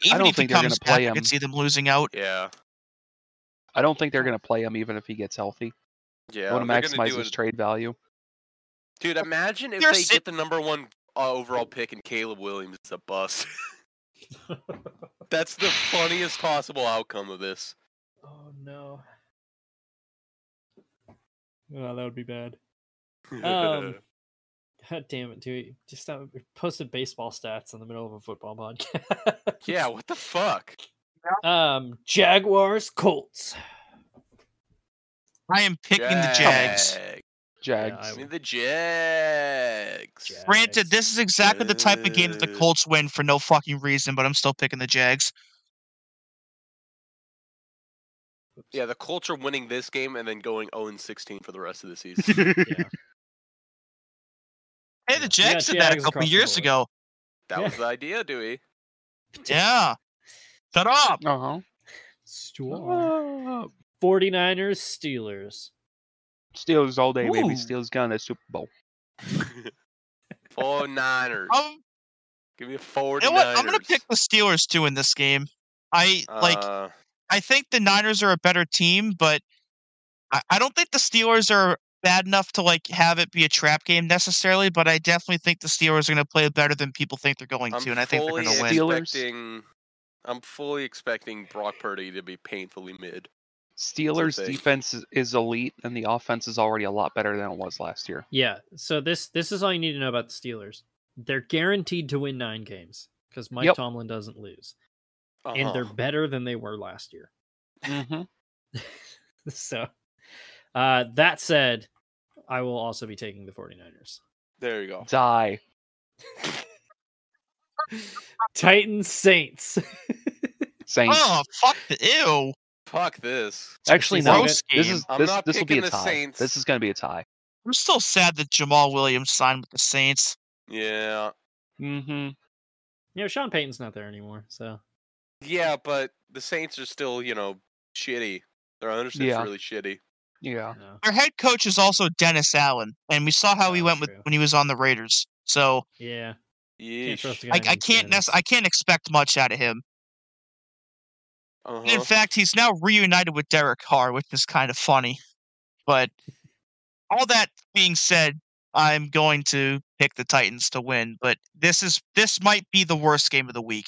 C: don't
E: if he
C: think they're gonna
E: comes
C: play
E: back, I
C: him.
E: could see them losing out.
B: Yeah,
C: I don't think they're going to play him even if he gets healthy.
B: yeah.
C: I want to
B: they're gonna
C: maximize
B: do
C: his
B: it-
C: trade value.
B: Dude, imagine if
E: They're
B: they
E: sit-
B: get the number one uh, overall pick and Caleb Williams is a bust. *laughs*
A: *laughs*
B: That's the funniest possible outcome of this.
A: oh no, oh, that would be bad.
B: *laughs*
A: Um, God damn it, dude! Just uh, posted baseball stats in the middle of a football podcast.
B: yeah, what the fuck?
A: *laughs* um, Jaguars, Colts.
E: I am picking the Jags.
C: Jags.
A: I
B: Give me
A: would-
B: the Jags.
A: Jags.
E: Granted, this is exactly the type of game that the
B: Uh,
E: Colts win for no fucking reason, but I'm still picking the Jags.
B: Yeah, the Colts are winning this game and then going 0 16 for the rest of the season.
A: *laughs*
E: Hey, the
A: Yeah. Yeah,
E: Jags did that a
A: Jags
E: couple
A: across the
E: years
A: board.
E: ago.
B: that
A: Yeah.
B: was the idea,
A: *laughs*
B: Dewey.
E: Yeah. Shut up.
C: Uh
A: Storm.
C: huh.
A: 49ers, Steelers.
C: Steelers all day,
E: Ooh.
C: baby. Steelers going to the Super Bowl.
B: Four Niners.
E: Um,
B: Give me a four
E: you know what? I'm going to pick the Steelers too in this game. I like.
B: Uh,
E: I think the Niners are a better team, but I, I don't think the Steelers are bad enough to like have it be a trap game necessarily. But I definitely think the Steelers are going to play better than people think they're going
B: I'm
E: to, and I think they're
B: fully
E: going to win.
C: Steelers.
B: expecting. I'm fully expecting Brock Purdy to be painfully mid.
C: Steelers
B: thing.
C: defense is, is elite, and the offense is already a lot better than it was last year.
A: Yeah. So this this is all you need to know about the Steelers. They're guaranteed to win nine games because Mike
C: Yep.
A: Tomlin doesn't lose,
B: uh
A: and
E: Uh-huh.
A: they're better than they were last year.
C: Mm-hmm.
A: *laughs* so, uh, that said, I will also be taking the 49ers.
B: There you go.
C: Die.
A: Titans Saints. *laughs*
C: Saints.
E: Oh fuck! The, ew.
B: Fuck this.
C: Actually,
A: is
C: no.
A: gross
C: This
E: game.
C: is
B: I'm
C: this
B: not
C: this will be
B: picking
C: a
B: the
C: tie.
B: Saints.
C: This is going to be a tie.
E: I'm still sad that Jamal Williams signed with the Saints.
B: Yeah.
C: Mm-hmm.
A: you know, Sean Payton's not there anymore, so
B: Yeah, but the Saints are still, you know, shitty. Their ownership's
C: Yeah.
B: really shitty.
C: Yeah.
A: no.
E: Their head coach is also Dennis Allen, and we saw how he
A: Oh,
E: went with
A: true.
E: when he was on the Raiders. So
A: yeah. Can't trust a
B: Yeesh.
A: guy
E: I, I
A: named
E: can't
A: Dennis.
E: nec- I can't expect much out of him. And
B: Uh-huh.
E: In fact, he's now reunited with Derek Carr, which is kind of funny. But all that being said, I'm going to pick the Titans to win. But this is this might be the worst game of the week.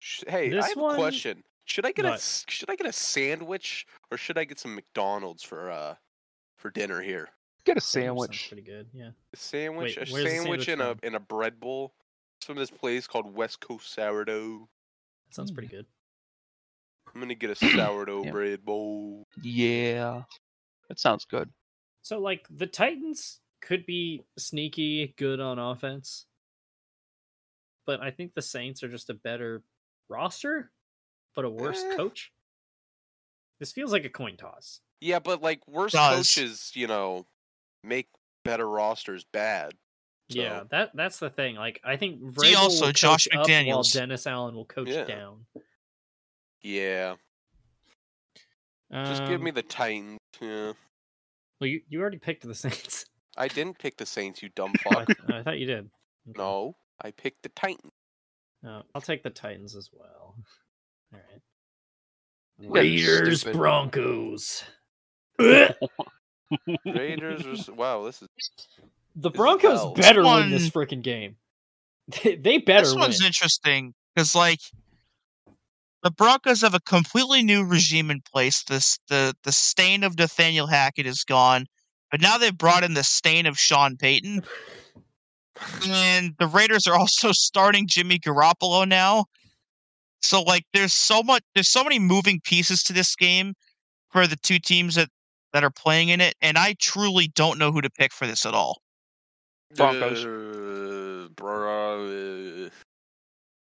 B: Sh- Hey,
A: This
B: I have
A: one-
B: a question. Should I get a
A: What?
B: s- should I get a sandwich or should I get some McDonald's for uh for dinner here?
C: Get a
A: sounds
C: sandwich.
A: pretty good. Yeah.
B: A sandwich,
A: Wait,
B: a
A: where's the
B: sandwich,
A: sandwich
B: and a
A: from?
B: and a bread bowl. It's from this place called West Coast Sourdough.
A: That sounds
B: Hmm.
A: pretty good.
B: I'm gonna *clears throat* get a sourdough
C: Yeah.
B: bread bowl.
C: Yeah. That sounds good.
A: So like the Titans could be sneaky good on offense. But I think the Saints are just a better roster, but a worse
B: Eh.
A: coach. This feels like a coin toss.
B: Yeah, but like worse
E: Does.
B: coaches, you know, make better rosters bad.
A: Yeah,
B: So-
A: that that's the thing. Like I think
E: See,
A: Vrabel
E: also,
A: will
E: Josh
A: coach up while
E: McDaniels.
A: Dennis Allen will coach
B: Yeah.
A: down.
B: Yeah, just give me
A: Um,
B: the Titans. Yeah.
A: Well, you, you already picked the *laughs* Saints.
B: I didn't pick the Saints, you dumb
A: Oh, I,
B: *laughs* fuck.
A: th- I thought you did. Okay.
B: no, I picked the Titans.
A: Uh, I'll take the Titans as well. All
B: *laughs*
A: right.
C: Yeah,
A: Raiders *laughs*
C: stupid.
A: Broncos.
B: Raiders. versus- wow, this is
A: The
B: This is
A: Broncos
B: hell.
A: better win
E: One-
A: this freaking game. *laughs* They, they better
E: this
A: win.
E: one's interesting because like the Broncos have a completely new regime in place. This the the stain of Nathaniel Hackett is gone, but now they've brought in the stain of Sean Payton. And the Raiders are *laughs* also starting Jimmy Garoppolo now. So like there's so much there's so many moving pieces to this game for the two teams that that are playing in it and I truly don't know who to pick for this at all.
C: Broncos.
B: Uh, bro- uh,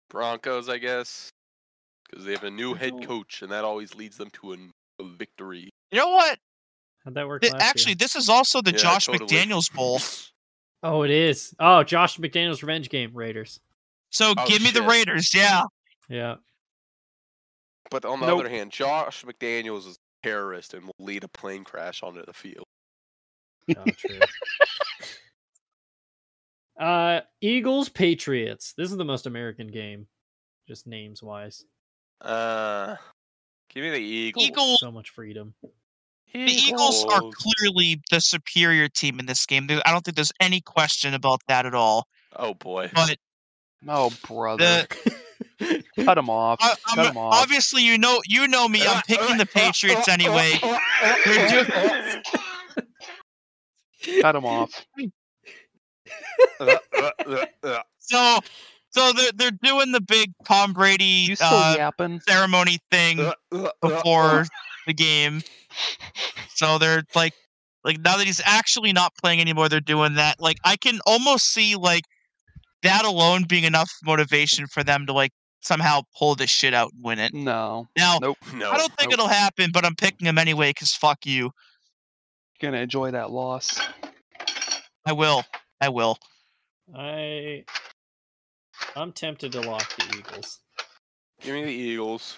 B: Broncos, I guess, because they have a new head
A: don't-
B: coach, and that always leads them to an, a victory.
E: You know what?
A: How'd that work?
E: Th-
A: last year?
E: actually, this is also the
B: Yeah,
E: Josh
B: totally.
E: McDaniels Bowl.
B: *laughs*
A: oh, it is. Oh, Josh McDaniels revenge game. Raiders.
E: So
B: Oh,
E: give me the
B: shit.
E: Raiders. Yeah.
A: Yeah.
B: But on the
C: Nope.
B: other hand, Josh McDaniels is a terrorist and will lead a plane crash onto the field.
A: Oh, true. uh, Eagles Patriots. This is the most American game, just names wise.
B: Uh, give me the Eagles.
E: Eagles.
A: So much freedom.
E: The Eagles are clearly the superior team in this game. There- I don't think there's any question about that at all.
B: Oh boy.
E: But
C: Oh, brother.
A: I
C: Cut him off.
E: I,
C: Cut
E: I'm,
C: him off.
E: obviously, you know, you know me. I'm picking the
B: *laughs*
E: Patriots anyway. They're doing-
C: Cut him off.
E: so, so they're they're doing the big Tom Brady
C: You still
E: uh,
C: yapping?
E: ceremony thing
B: *laughs*
E: before the game. So they're like, like now that he's actually not playing anymore, they're doing that. Like I can almost see like that alone being enough motivation for them to like somehow pull this shit out and win it.
C: No.
E: Now
C: Nope.
B: no.
E: I don't think
C: nope.
E: it'll happen, but I'm picking him anyway because fuck you.
C: Gonna enjoy that loss.
E: I will. I will.
A: I'm tempted to lock the Eagles.
B: Give me the Eagles.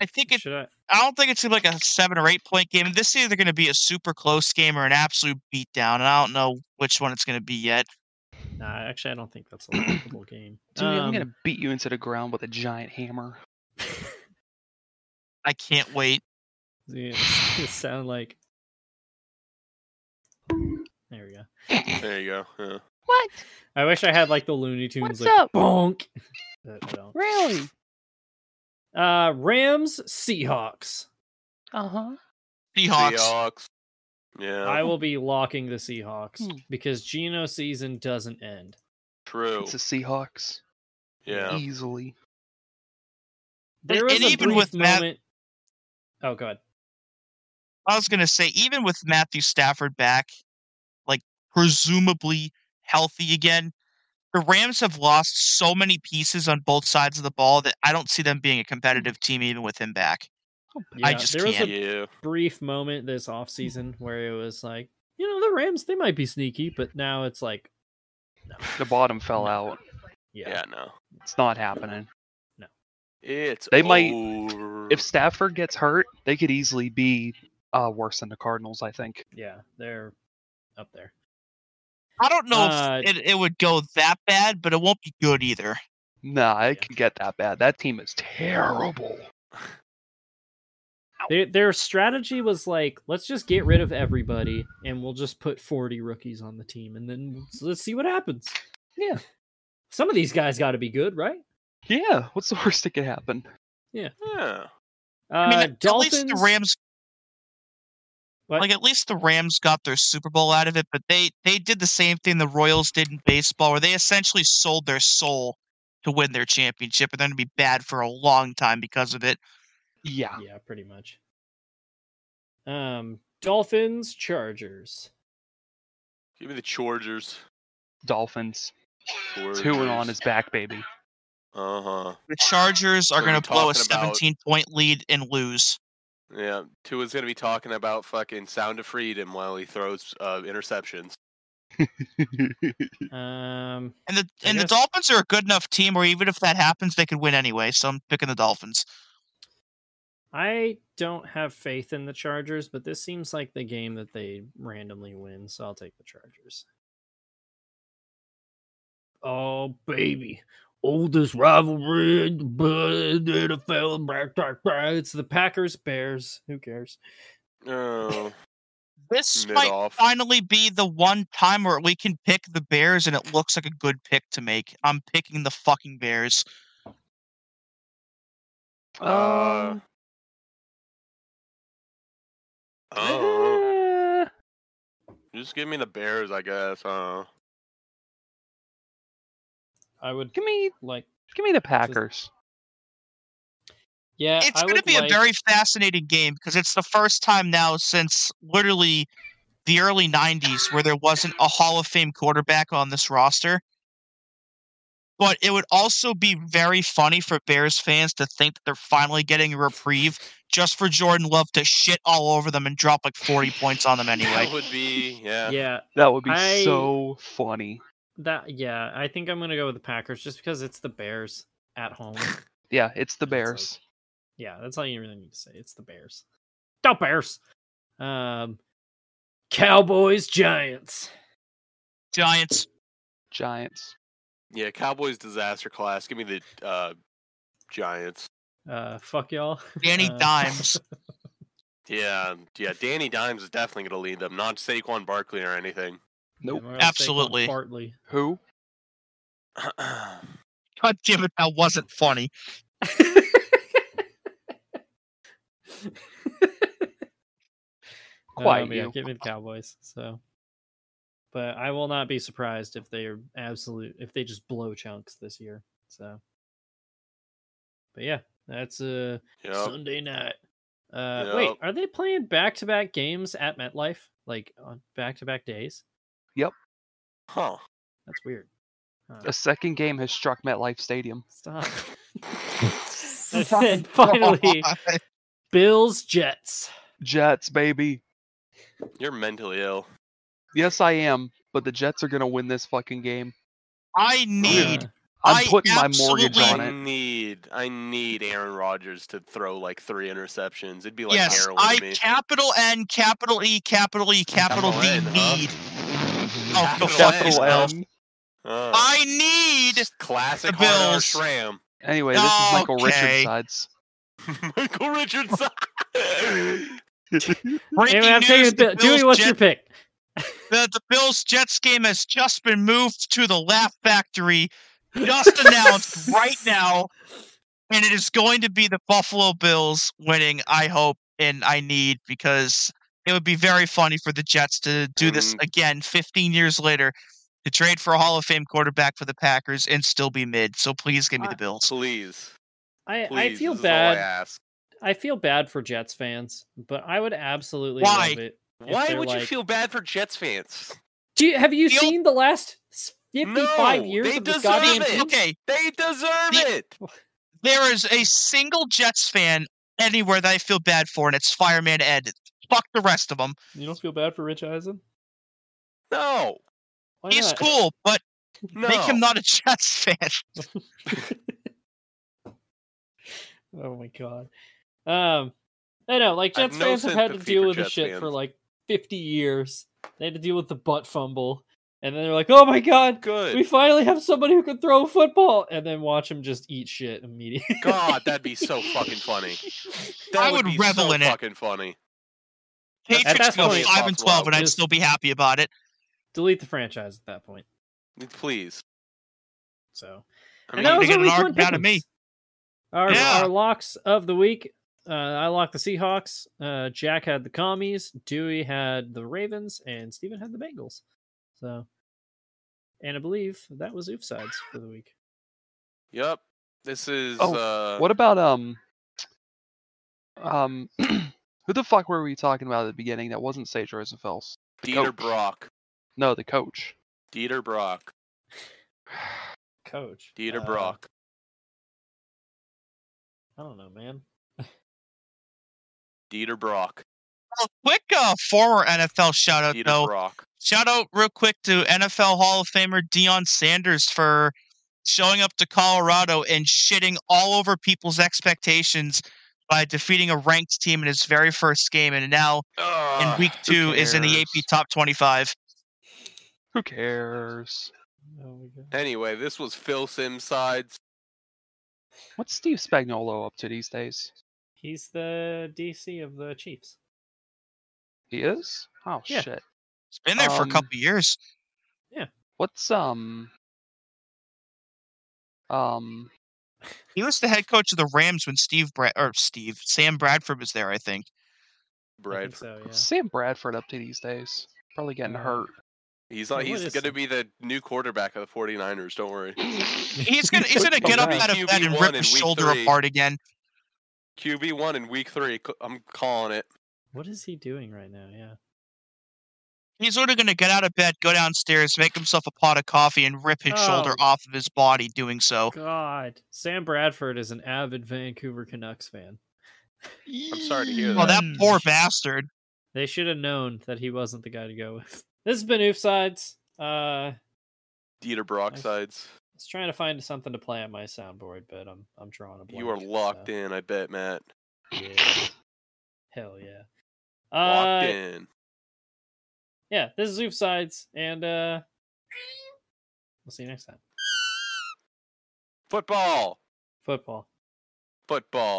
E: I think it.
A: Should I?
E: I don't think it's gonna be like a seven or eight point game. This is either gonna be a super close game or an absolute beatdown, and I don't know which one it's gonna be yet.
A: Nah, actually, I don't think that's a lockable game.
C: Dude, I'm
A: Um, *laughs*
C: gonna beat you into the ground with a giant hammer.
E: I can't wait.
A: Yeah, it's gonna sound like. There we go.
B: There you go. yeah.
H: What?
A: I wish I had like the Looney
H: What's
A: Tunes like
H: up?
A: bonk. But I don't.
H: Really?
A: Uh, Rams Seahawks.
H: Uh huh.
E: Seahawks.
B: Seahawks.
E: Oh.
B: Yeah.
A: I will be locking the Seahawks
C: Hmm.
A: because Geno season doesn't end.
B: True.
C: It's the Seahawks.
B: Yeah.
C: Easily.
A: There was
E: and
A: a
E: even
A: brief
E: with Matt-
A: moment. Oh god,
E: I was gonna say even with Matthew Stafford back, like presumably healthy again, the Rams have lost so many pieces on both sides of the ball that I don't see them being a competitive team even with him back. I just
A: there was
E: can't.
A: a
B: Yeah.
A: brief moment this offseason where it was like, you know, the Rams they might be sneaky, but now it's like,
C: The bottom fell out.
A: yeah,
B: Yeah. No.
C: It's not happening.
B: It's
C: They might-
B: over.
C: If Stafford gets hurt, they could easily be uh, worse than the Cardinals, I think.
A: yeah, they're up there.
E: I don't know
A: Uh,
E: if it, it would go that bad, but it won't be good either.
C: Nah, it could get that bad. That team is terrible.
A: Their, their strategy was like, let's just get rid of everybody and we'll just put 40 rookies on the team and then s- let's see what happens. Yeah. Some of these guys got to be good, right?
C: Yeah, what's the worst that could happen?
B: Yeah.
A: Uh,
E: I mean,
A: Dolphins.
E: at least the Rams.
A: What?
E: Like at least the Rams got their Super Bowl out of it, but they they did the same thing the Royals did in baseball, where they essentially sold their soul to win their championship, and they're going to be bad for a long time because of it.
C: Yeah.
A: yeah, pretty much. Um, Dolphins, Chargers.
B: Give me the Chargers.
C: Dolphins. Two and on his back, baby. *laughs*
B: Uh huh.
E: The Chargers
B: So
E: are
B: we're
E: going to blow a
B: talking about-
E: 17 point lead and lose.
B: Yeah. Two is gonna be talking about fucking Sound of Freedom while he throws uh, interceptions.
A: Um,
E: And the
A: I
E: and the
A: guess-
E: Dolphins are a good enough team where even if that happens, they could win anyway. So I'm picking the Dolphins.
A: I don't have faith in the Chargers, but this seems like the game that they randomly win, so I'll take the Chargers. Oh baby, oldest rivalry in the blood, NFL. Blah, blah, blah. It's the Packers Bears. Who cares?
B: Oh,
E: This
B: mid
E: might
B: off.
E: finally be the one time where we can pick the Bears, and it looks like a good pick to make. I'm picking the fucking Bears.
B: Uh,
A: Um,
C: *laughs*
B: oh,
C: Eh,
B: just give me the Bears, I guess. Uh,
A: I would
C: give me
A: like.
C: give me the Packers.
A: Yeah,
E: it's
A: I
E: going to
A: would
E: be
A: like-
E: a very fascinating game because it's the first time now since literally the early 90s where there wasn't a Hall of Fame quarterback on this roster. But it would also be very funny for Bears fans to think that they're finally getting a reprieve just for Jordan Love to shit all over them and drop like 40 points on them
B: that
E: anyway.
B: would be
E: uh,
B: yeah.
A: yeah.
C: That would be
A: I-
C: so funny.
A: That yeah, I think I'm gonna go with the Packers just because it's the Bears at home.
C: Yeah, it's
A: And it's
C: the
A: like-
C: Bears.
A: Yeah, that's all you really need to say. It's the Bears. Go Bears. Um, Cowboys, Giants.
E: *laughs* Giants.
C: Giants.
B: Yeah, Cowboys disaster class. Give me the uh, Giants.
A: Uh, fuck y'all.
E: Danny
A: Uh,
E: Dimes. *laughs*
B: Yeah, yeah. Danny Dimes is definitely going to lead them, not Saquon Barkley or anything.
A: I'm
C: Nope.
A: gonna say Quan
E: Absolutely.
A: Bartley.
C: Who?
E: God damn it, that wasn't funny.
C: *laughs* Quite
A: Um, yeah,
C: you.
A: give me the Cowboys. So, but I will not be surprised if they are absolute if they just blow chunks this year. So, but yeah, that's uh
B: yeah.
A: Sunday night. Uh, Wait,
B: Yep.
A: are they playing back to back games at MetLife? Like on back to back days?
B: Huh.
A: That's weird. Huh.
C: A second game has struck MetLife Stadium.
E: *laughs*
A: Stop. *laughs* and then *laughs* finally, Bills Jets.
C: Jets, baby.
B: You're mentally ill.
C: Yes, I am. But the Jets are gonna win this fucking game.
E: I need
A: Uh,
C: I'm
E: I
C: putting my mortgage
E: absolutely-
C: on
B: I
C: it.
B: need, I need Aaron Rodgers to throw like three interceptions. It'd be like
E: yes,
B: heroin
E: I
B: to me.
E: capital N, capital E, capital E, capital
B: Capital
E: V
B: N, huh?
E: need. Oh, the
B: Capital
E: fuck is
C: *laughs* Capital
E: that?
C: M.
B: Uh,
E: I need.
B: just classic
E: the
B: hard R
E: Bills.
B: Shram.
C: Anyway, this is Michael
E: Okay.
C: Richards' sides.
B: *laughs* Michael
E: *laughs*
B: Richards.
E: Breaking
A: Anyway, I'm
E: news:
A: taking
E: the
A: Bill.
E: Bills,
A: Dewey, what's your
E: Jet,
A: pick?
E: the, the Bills Jets game has just been moved to the Laugh Factory, just announced right now, and it is going to be the Buffalo Bills winning. I hope and I need because it would be very funny for the Jets to do this
B: And-
E: again 15 years later. To trade for a Hall of Fame quarterback for the Packers and still be mid, so please give me
A: I-
E: the Bills.
B: Please,
A: I,
B: please.
A: I feel
B: this is all I
A: bad.
B: ask.
A: I, feel bad for Jets fans, but I would absolutely
E: Why?
A: love it. if
B: Why
A: they're
B: would you
A: like-
B: feel bad for Jets fans?
A: Do you, have you
E: The old-
A: seen the last s- 55
B: No,
A: years
B: they
A: of this
B: deserve
A: goddamn
B: it.
A: team?
E: Okay,
B: They deserve
E: The-
B: it.
E: there is a single Jets fan anywhere that I feel bad for, and it's Fireman Ed. Fuck the rest of them.
A: You don't feel bad for Rich Eisen?
B: No,
A: Why
E: He's
A: not?
E: cool, but
B: no.
E: make him not a Jets fan.
A: *laughs* Oh my god. Um, I know, like
B: I have
A: Jets
B: no
A: fans have had to
B: sympathy
A: deal
B: for
A: with this
B: Jets
A: shit for
B: fans.
A: like fifty years. They had to deal with the butt fumble. And then they're like, "Oh my god,
B: Good.
E: *laughs*
A: we finally have somebody who can throw a football!" And then watch him just eat shit immediately. *laughs*
B: God, that'd be so fucking funny. That
E: I would
B: be
E: revel
B: so
E: in it.
B: Fucking funny.
A: At
E: Patriots
A: that
E: go
A: point,
E: five and
B: Buffalo
E: twelve, and I'd
A: is-
E: still be happy about it.
A: Delete the franchise at that point.
B: Please.
A: So,
B: I
A: and
B: mean,
A: that was
E: they
A: our
E: get an
A: week one
E: argument out of me.
A: pick'ems. Our,
E: Yeah.
A: our locks of the week. Uh, I locked the Seahawks. Uh, Jack had the Commies. Dewey had the Ravens, and Steven had the Bengals. So, and I believe that was oof sides for the week.
B: yep. This is.
C: Oh,
B: uh,
C: What about um um *clears throat* who the fuck were we talking about at the beginning that wasn't Sage Rosenfels? The
B: Dieter
C: coach.
B: Brock.
C: No, the coach.
B: Dieter Brock.
A: Coach
B: Dieter
A: uh,
B: Brock.
A: I don't know, man.
B: Dieter Brock.
E: Well, quick uh, former NFL shout
A: uh,
E: out
B: Dieter
E: though.
B: Brock.
E: Shout out real quick to NFL Hall of Famer Deion Sanders for showing up to Colorado and shitting all over people's expectations by defeating a ranked team in his very first game, and now in
B: Ugh,
E: week
C: who
E: two is in the AP
C: cares?
E: top twenty-five.
C: Who cares?
A: Oh my god.
B: Anyway, this was Phil Sims sides.
C: What's Steve Spagnolo up to these days?
A: He's the DC of the Chiefs.
C: He is? Oh
A: Yeah.
C: shit.
E: It's been there for a
C: Um,
E: couple years.
C: What's um um
E: He was the head coach of the Rams when Steve Brad or Steve Sam Bradford was there, I think.
A: I
B: Right.
A: think so, yeah.
C: what's Sam Bradford up to these days? Probably getting
A: Uh,
C: hurt.
B: He's not,
A: What
B: he's
A: is
B: going to
A: it?
B: be the new quarterback of the 49ers. Don't worry.
E: He's gonna he's gonna
C: Come
E: get up
C: back.
E: out of bed and
B: QB1
E: rip
B: in
E: his
B: week
E: shoulder
B: three.
E: apart again.
B: QB1 in week three. c- I'm calling it.
A: What is he doing right now? Yeah.
E: He's literally gonna get out of bed, go downstairs, make himself a pot of coffee, and rip his shoulder
A: Oh.
E: off of his body doing so.
A: God. Sam Bradford is an avid Vancouver Canucks fan.
B: I'm sorry to hear
E: Well, Oh, that
A: Mm.
E: poor bastard.
A: They should have known that he wasn't the guy to go with. *laughs* This has been Oofsides. Uh, I
B: Dieter Brock
A: Nice.
B: sides.
A: was trying to find something to play on my soundboard, but I'm I'm drawing a blank.
B: You are locked
A: so,
B: in, I bet, Matt.
A: yeah. Hell yeah.
B: *laughs* Locked
A: Uh,
B: in.
A: yeah. This is Oofsides, and uh, we'll see you next time.
B: Football.
A: Football.
B: Football.